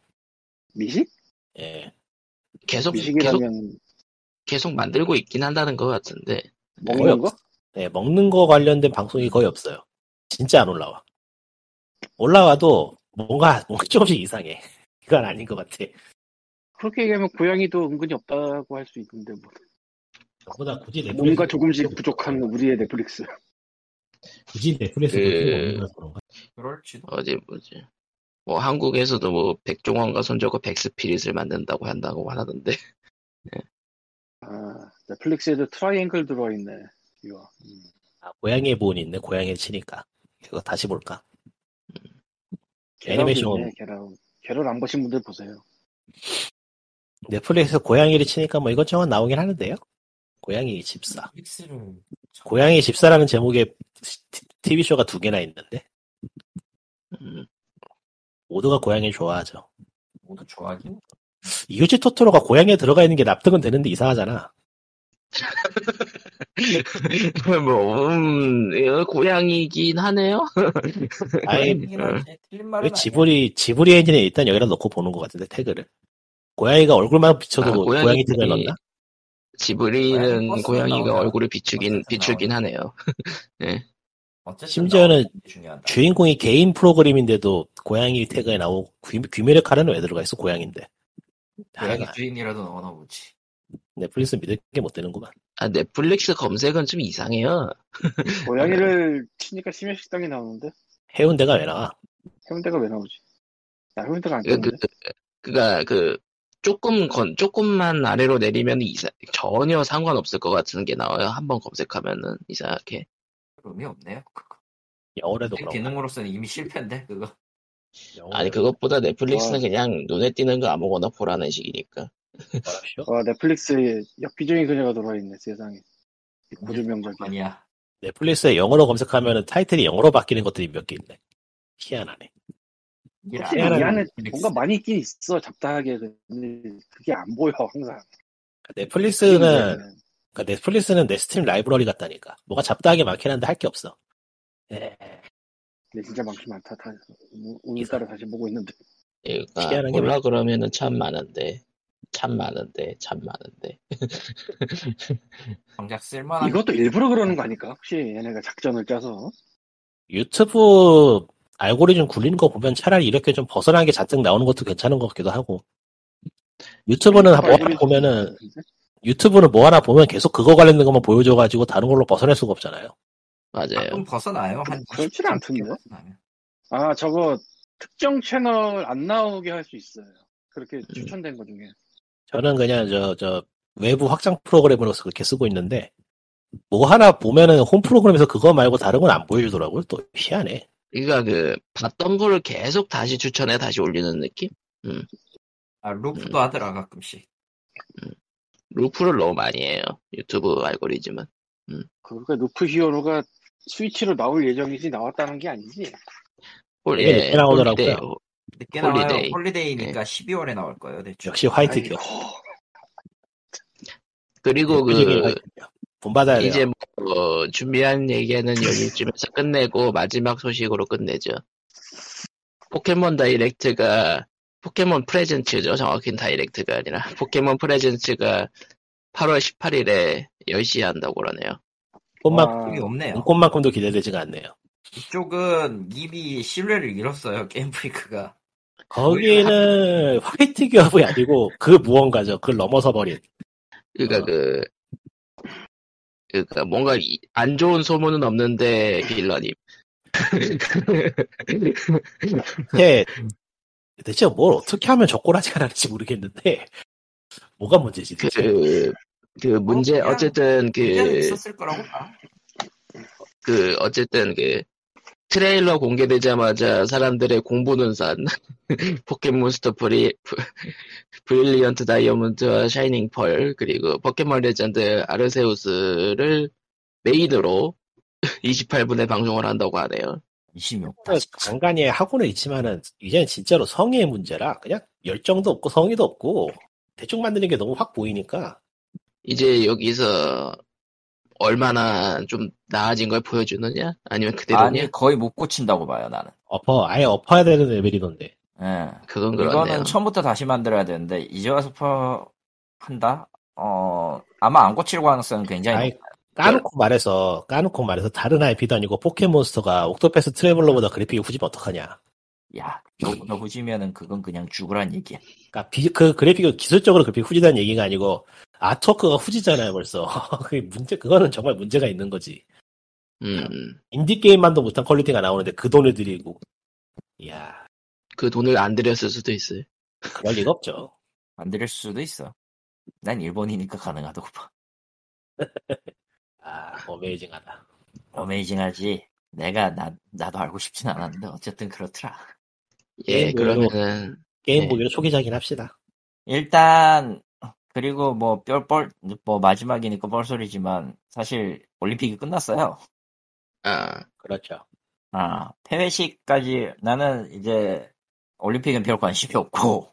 Speaker 3: 미식?
Speaker 4: 예.
Speaker 1: 계속, 계속,
Speaker 3: 미식이라면
Speaker 1: 계속 만들고 있긴 한다는 것 같은데.
Speaker 4: 거의
Speaker 3: 먹는 거?
Speaker 4: 네, 먹는 거 관련된 방송이 거의 없어요. 진짜 안 올라와. 올라와도 뭔가, 뭔가 조금씩 이상해. 이건 아닌 것 같아.
Speaker 3: 그렇게 얘기하면 고양이도 은근히 없다고 할 수 있는데 뭐.
Speaker 4: 그보다 굳이 넷플릭스.
Speaker 3: 뭔가 조금씩 부족한 우리의 넷플릭스.
Speaker 4: 굳이 넷플릭스
Speaker 1: 그-
Speaker 4: 그런가?
Speaker 2: 그럴지도.
Speaker 1: 어디 뭐지? 뭐 한국에서도 뭐 백종원과 손잡고 백스피릿을 만든다고 한다고 하던데
Speaker 3: 아, 넷플릭스에도 트라이앵글 들어있네. 이거. 음.
Speaker 4: 아, 고양이의 보온이 있네. 고양이를 치니까. 그거 다시 볼까?
Speaker 3: 게라웃
Speaker 4: 애니메이션.
Speaker 3: 있네, 게라웃. 게라웃 안 보신 분들 보세요.
Speaker 4: 넷플릭스 고양이를 치니까 뭐 이것저것 나오긴 하는데요. 고양이 집사.
Speaker 2: 넷플릭스를
Speaker 4: 고양이 집사라는 제목의 TV쇼가 두 개나 있는데,
Speaker 1: 음,
Speaker 4: 모두가 고양이를 좋아하죠.
Speaker 2: 모두 좋아하긴.
Speaker 4: 이웃집 토토로가 고양이에 들어가 있는 게 납득은 되는데 이상하잖아.
Speaker 1: 뭐 음, 예, 고양이긴 하네요.
Speaker 4: 아예
Speaker 2: 틀리긴 한데 틀린 말은
Speaker 4: 음. 왜
Speaker 2: 아니야.
Speaker 4: 지브리, 지브리 엔진에 일단 여기다 넣고 보는 것 같은데, 태그를. 고양이가 얼굴만 비춰도
Speaker 1: 아, 고양이-
Speaker 4: 고양이 태그를 넣나?
Speaker 1: 지브리는
Speaker 2: 고양이 버스는
Speaker 1: 고양이가
Speaker 2: 나오잖아.
Speaker 1: 얼굴을 비추긴
Speaker 2: 버스에서
Speaker 1: 비추긴 하네요.
Speaker 2: 어쨌든
Speaker 4: 심지어는
Speaker 2: 나오는 게 중요하다.
Speaker 4: 주인공이 개인 프로그램인데도 고양이 태그에 나오고, 귀, 귀멸의 칼은 왜 들어가 있어, 고양인데.
Speaker 2: 고양이
Speaker 4: 하여간
Speaker 2: 주인이라도 넣어놓지.
Speaker 4: 넷플릭스 믿을 게 못 되는구만.
Speaker 1: 아 넷플릭스 검색은 좀 이상해요.
Speaker 3: 고양이를 치니까 심야식당이 나오는데
Speaker 4: 해운대가 왜 나와?
Speaker 3: 해운대가 왜 나오지? 나 해운대가 안
Speaker 1: 그,
Speaker 3: 뜨는데.
Speaker 1: 그, 그가 그 조금 건 조금만 아래로 내리면 이상 전혀 상관없을 것 같은 게 나와요. 한번 검색하면은 이상하게.
Speaker 2: 의미 없네요. 그거.
Speaker 4: 영어로도 그런 거.
Speaker 2: 기능으로서는 이미 실패인데 그거.
Speaker 4: 어.
Speaker 1: 아니 그것보다 넷플릭스는
Speaker 3: 와.
Speaker 1: 그냥 눈에 띄는 거 아무거나 보라는 식이니까.
Speaker 3: 와, 어, 넷플릭스에 엽기적인 그녀가 돌아있네, 세상에. 이 고유명작이.
Speaker 2: 아니야.
Speaker 4: 넷플릭스에 영어로 검색하면 타이틀이 영어로 바뀌는 것들이 몇 개 있네. 희한하네.
Speaker 3: 확실히
Speaker 4: 희한한
Speaker 3: 이 안에
Speaker 2: 넷플릭스.
Speaker 3: 뭔가 많이 있긴 있어, 잡다하게. 근데 그게 안 보여, 항상.
Speaker 4: 네. 넷플릭스는, 그러니까 넷플릭스는 내 스팀 라이브러리 같다니까. 뭐가 잡다하게 많긴 한데 할 게 없어. 예,
Speaker 3: 근데 진짜 많긴 많다. 다, 오- 오늘따라 다시 보고 있는데.
Speaker 1: 그러니까
Speaker 4: 희한하게
Speaker 1: 몰라 그러면은 참 많은데 참 많은데 참 많은데.
Speaker 2: 정작 쓸만한
Speaker 3: 이것도 일부러 그러는 거 아닐까? 혹시 얘네가 작전을 짜서.
Speaker 4: 유튜브 알고리즘 굴리는 거 보면 차라리 이렇게 좀 벗어난 게 잔뜩 나오는 것도 괜찮은 것 같기도 하고. 유튜브는
Speaker 1: 그러니까
Speaker 4: 뭐 하나 보면은, 유튜브는 뭐 하나 보면 계속 그거 관련된 것만 보여줘가지고 다른 걸로 벗어날 수가 없잖아요.
Speaker 1: 맞아요.
Speaker 2: 가끔 벗어나요. 한
Speaker 3: 그렇진
Speaker 2: 20%
Speaker 3: 않던데.
Speaker 2: 벗어나면.
Speaker 3: 아, 저거 특정 채널 안 나오게 할 수 있어요. 그렇게
Speaker 4: 음.
Speaker 3: 추천된 거 중에.
Speaker 4: 저는 그냥 저, 저, 외부 확장 프로그램으로서 그렇게 쓰고 있는데, 뭐 하나 보면은 홈 프로그램에서 그거 말고 다른 건 안 보여주더라고요. 또 희한해.
Speaker 1: 그러니까 그 봤던 거를 계속 다시 추천해 다시 올리는 느낌?
Speaker 3: 음.
Speaker 2: 아 루프도 하더라 가끔씩.
Speaker 1: 루프를 너무 많이 해요. 유튜브 알고리즘은.
Speaker 3: 그러니까 루프 히어로가 스위치로 나올 예정이지 나왔다는 게 아니지.
Speaker 1: 홀,
Speaker 4: 이게 늦게 나오더라고요.
Speaker 1: 홀리데이.
Speaker 2: 늦게
Speaker 1: 홀리데이.
Speaker 2: 나와요.
Speaker 3: 네.
Speaker 2: 홀리데이니까 12월에 나올 거예요, 대충.
Speaker 4: 역시 화이트 기업.
Speaker 3: 아이고,
Speaker 1: 그리고
Speaker 4: 대표적인
Speaker 1: 그
Speaker 4: 화이트 기업. 본받아야 돼요.
Speaker 1: 이제 뭐 어, 준비한 얘기는 여기쯤에서 끝내고 마지막 소식으로 끝내죠. 포켓몬 다이렉트가 포켓몬 프레젠츠죠. 정확히는 다이렉트가 아니라 포켓몬 프레젠츠가 8월 18일에 10시에 한다고 그러네요.
Speaker 3: 아.
Speaker 1: 아.
Speaker 4: 꽃만큼,
Speaker 2: 이게
Speaker 3: 뭐.
Speaker 2: 없네요.
Speaker 4: 꽃만큼도 기대되지가 않네요.
Speaker 2: 이쪽은 이미 신뢰를 잃었어요, 게임 프리크가.
Speaker 4: 거기는 화이트 기업이 아니고 그 무언가죠. 그걸 넘어서 버린.
Speaker 1: 그러니까
Speaker 4: 어.
Speaker 1: 그 그러니까 뭔가 이- 안 좋은 소문은 없는데 빌런님.
Speaker 4: 대 예. 대체 뭘 어떻게 하면 적고라지가 나는지 모르겠는데 뭐가 문제지 대체.
Speaker 1: 그, 그 문제
Speaker 2: 그냥
Speaker 1: 어쨌든
Speaker 2: 그냥
Speaker 1: 그
Speaker 2: 있었을 거라고 봐.
Speaker 1: 그 어쨌든 그 트레일러 공개되자마자 사람들의 공부는 산 포켓몬스터 브리 브- 브릴리언트 다이아몬드와 샤이닝 펄 그리고 포켓몬 레전드 아르세우스를 메인으로 28분에 방송을 한다고 하네요.
Speaker 3: 아,
Speaker 2: 26다.
Speaker 4: 간간히 하고는 있지만은 이제는 진짜로 성의의 문제라 그냥 열정도 없고 성의도 없고 대충 만드는 게 너무 확 보이니까
Speaker 1: 이제 여기서 얼마나 좀 나아진 걸 보여주느냐 아니면 그대로냐
Speaker 2: 아니, 거의 못 고친다고 봐요, 나는.
Speaker 4: 엎어 아예 엎어야 되는 레벨이던데
Speaker 2: 예.
Speaker 1: 그건 그렇네요.
Speaker 2: 이거는 처음부터 다시 만들어야 되는데, 이제 와서 퍼, 한다? 어, 아마 안 고칠 가능성은 굉장히
Speaker 4: 아이,
Speaker 2: 높아요.
Speaker 4: 까놓고 말해서 까놓고 말해서 다른 IP도 아니고 포켓몬스터가 옥토패스 트래블러보다 그래픽이 후지면 어떡하냐
Speaker 2: 야, 너보다 후지면은 그건 그냥 죽으란 얘기야.
Speaker 4: 그러니까 비- 그 그래픽이 기술적으로 그래픽 후지다는 얘기가 아니고 아트워크가 후지잖아요 벌써 그 문제 그거는 정말 문제가 있는 거지
Speaker 1: 음,
Speaker 4: 인디 게임만도 못한 퀄리티가 나오는데 그 돈을 들이고 이야
Speaker 1: 그 돈을 안 들였을 수도 있어요.
Speaker 4: 그럴 리가 없죠
Speaker 2: 만들 수도 있어. 난 일본이니까 가능하다고 봐.
Speaker 4: 아 어메이징하다
Speaker 2: 어메이징하지. 내가 나 나도 알고 싶진 않았는데 어쨌든 그렇더라.
Speaker 1: 예,
Speaker 4: 게임 보기로-
Speaker 1: 그러면은
Speaker 4: 게임
Speaker 1: 네.
Speaker 4: 보기로 초기작이긴 합시다
Speaker 2: 일단 그리고 뭐뼈뻘뭐 마지막이니까 뻘소리지만 사실 올림픽이 끝났어요.
Speaker 1: 아
Speaker 4: 그렇죠
Speaker 2: 아 폐회식까지 나는 이제 올림픽은 별 관심이 없고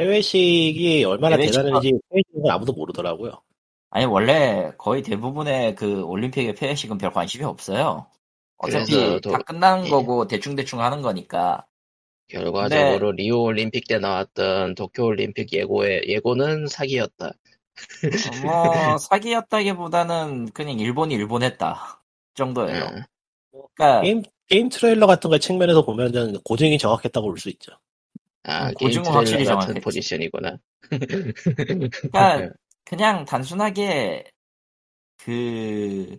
Speaker 4: 해외식이 얼마나
Speaker 2: 해외식-
Speaker 4: 대단한지 해외식은 아무도 모르더라고요
Speaker 2: 아니 원래 거의 대부분의 그 올림픽의 폐회식은 별 관심이 없어요.
Speaker 1: 그래서
Speaker 2: 어차피
Speaker 1: 또-
Speaker 2: 다 끝난
Speaker 1: 예.
Speaker 2: 거고 대충 대충 하는 거니까
Speaker 1: 결과적으로
Speaker 2: 네.
Speaker 1: 리오 올림픽 때 나왔던 도쿄 올림픽 예고의 예고는 사기였다.
Speaker 2: 뭐 사기였다기보다는 그냥 일본이 일본했다 정도예요.
Speaker 1: 음,
Speaker 2: 그러니까
Speaker 4: 게임 게임 트레일러 같은 걸 측면에서 보면은 고증이 정확했다고 볼 수 있죠
Speaker 1: 아,
Speaker 2: 음,
Speaker 1: 게임
Speaker 2: 고증은
Speaker 1: 트레일러
Speaker 2: 확실히
Speaker 1: 같은
Speaker 2: 정확했지.
Speaker 1: 포지션이구나. 네.
Speaker 2: 그러니까 그냥 단순하게 그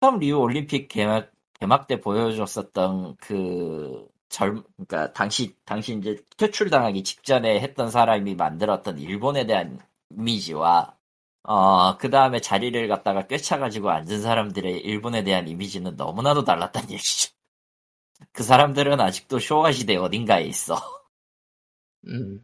Speaker 2: 처음 리우 올림픽 개막 개막 때 보여줬었던 그 젊, 그러니까 당시 당시 이제 퇴출당하기 직전에 했던 사람이 만들었던 일본에 대한 이미지와 어그 다음에 자리를 갖다가 꿰차가지고 앉은 사람들의 일본에 대한 이미지는 너무나도 달랐다는 얘기죠. 그 사람들은 아직도 쇼와 시대 어딘가에 있어.
Speaker 1: 음,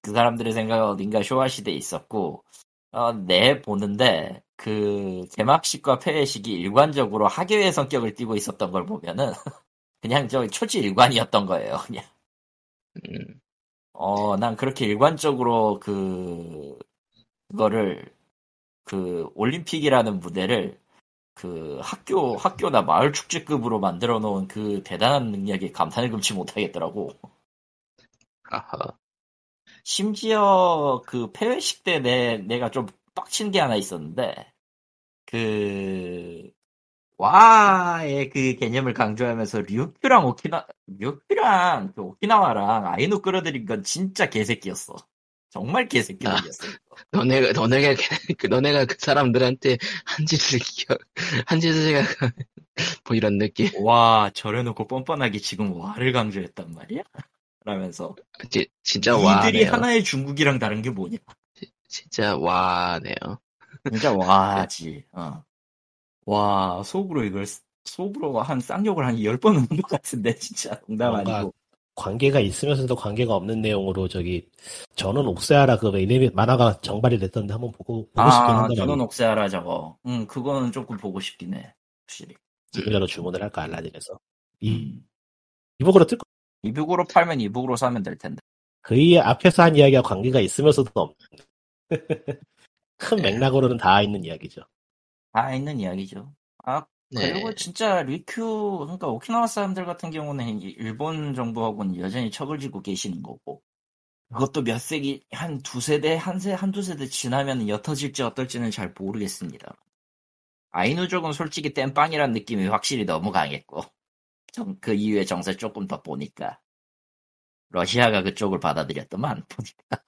Speaker 2: 그 사람들의 생각은 어딘가 쇼와 시대에 있었고, 어, 내 보는데, 그, 개막식과 폐회식이 일관적으로 학예회 성격을 띠고 있었던 걸 보면은, 그냥 저 초지 일관이었던 거예요, 그냥.
Speaker 1: 음.
Speaker 2: 어, 난 그렇게 일관적으로 그, 그거를, 그, 올림픽이라는 무대를, 그, 학교, 학교나 마을 축제급으로 만들어 놓은 그 대단한 능력에 감탄을 금치 못하겠더라고.
Speaker 1: 아하.
Speaker 2: 심지어 그 폐회식 때 내, 내가 좀 빡친 게 하나 있었는데, 그, 와의 그 개념을 강조하면서 류큐랑 오키나, 류큐랑 그 오키나와랑 아이누 끌어들인 건 진짜 개새끼였어. 정말 개새끼
Speaker 1: 아.
Speaker 2: 놈이었어. 이거.
Speaker 1: 너네가 너네가 걔- 그 너네가 그 사람들한테 한 짓을 기억 한 짓을 생각 뭐 이런 느낌.
Speaker 2: 와, 저래놓고 뻔뻔하게 지금 와를 강조했단 말이야? 라면서.
Speaker 1: 지, 진짜
Speaker 2: 이들이
Speaker 1: 와네요.
Speaker 2: 하나의 중국이랑 다른 게 뭐냐?
Speaker 1: 진짜 와네요.
Speaker 2: 진짜 와지. 어. 와 속으로 이걸 쓰- 속으로 한 쌍욕을 한 열 번 한 것 같은데 진짜 농담
Speaker 4: 뭔가
Speaker 2: 아니고.
Speaker 4: 관계가 있으면서도 관계가 없는 내용으로 저기 저는 옥세아라 그 애니메 만화가 정발이 됐던데 한번 보고 보고 싶긴
Speaker 2: 아,
Speaker 4: 한데
Speaker 2: 저는 옥세하라 저거. 음, 그거는 조금 보고 싶긴 해. 확실히.
Speaker 4: 주변으로 주문을 할까 알라딘에서
Speaker 2: 음.
Speaker 4: 이북으로 뜰 거.
Speaker 2: 이북으로 팔면 이북으로 사면 될 텐데.
Speaker 4: 그의 앞에서 한 이야기와 관계가 있으면서도 없는 큰
Speaker 1: 네.
Speaker 4: 맥락으로는 다 있는 이야기죠.
Speaker 2: 다 있는 이야기죠. 아,
Speaker 1: 네.
Speaker 2: 그리고 진짜 리큐, 그러니까 오키나와 사람들 같은 경우는 이- 일본 정부하고는 여전히 척을 지고 계시는 거고, 그것도 몇 세기, 한 두 세대, 한 세, 한두 세대 지나면 옅어질지 어떨지는 잘 모르겠습니다. 아이누족은 솔직히 땜빵이란 느낌이 확실히 너무 강했고, 정- 그 이후에 정세 조금 더 보니까, 러시아가 그쪽을 받아들였더만, 보니까.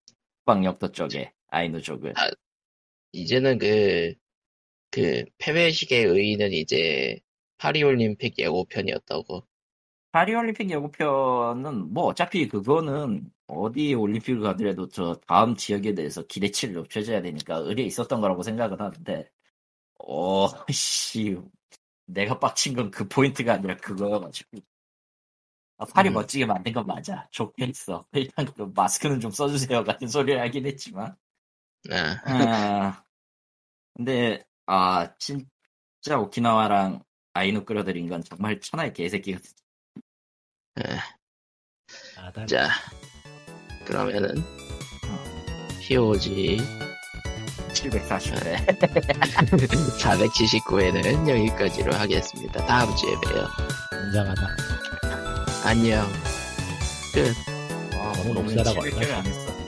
Speaker 2: 방역도 쪽에, 아이누족을.
Speaker 1: 이제는 그, 그, 패배식의 의의는 이제 파리올림픽 예고편이었다고.
Speaker 2: 파리올림픽 예고편은 뭐 어차피 그거는 어디 올림픽을 가더라도 저 다음 지역에 대해서 기대치를 높여줘야 되니까 의뢰 있었던 거라고 생각은 하는데 어, 씨 내가 빡친 건 그 포인트가 아니라 그거여가지고 아, 파리
Speaker 1: 음.
Speaker 2: 멋지게 만든 건 맞아 좋긴 있어 일단 그 마스크는 좀 써주세요 같은 소리를 하긴 했지만
Speaker 1: 아,
Speaker 2: 아, 근데 아 진짜 오키나와랑 아이누 끌어들인 건 정말 천하의 개새끼 같은
Speaker 4: 아, 나-
Speaker 1: 자, 그러면은, POG
Speaker 2: 740회
Speaker 1: 479회는 여기까지로 하겠습니다. 다음 주에 봬요.
Speaker 4: 굉장하다.
Speaker 1: 안녕.
Speaker 2: 와,
Speaker 4: 저는
Speaker 2: 오늘
Speaker 4: 옥사라고
Speaker 2: 칠백 개를 안 했어.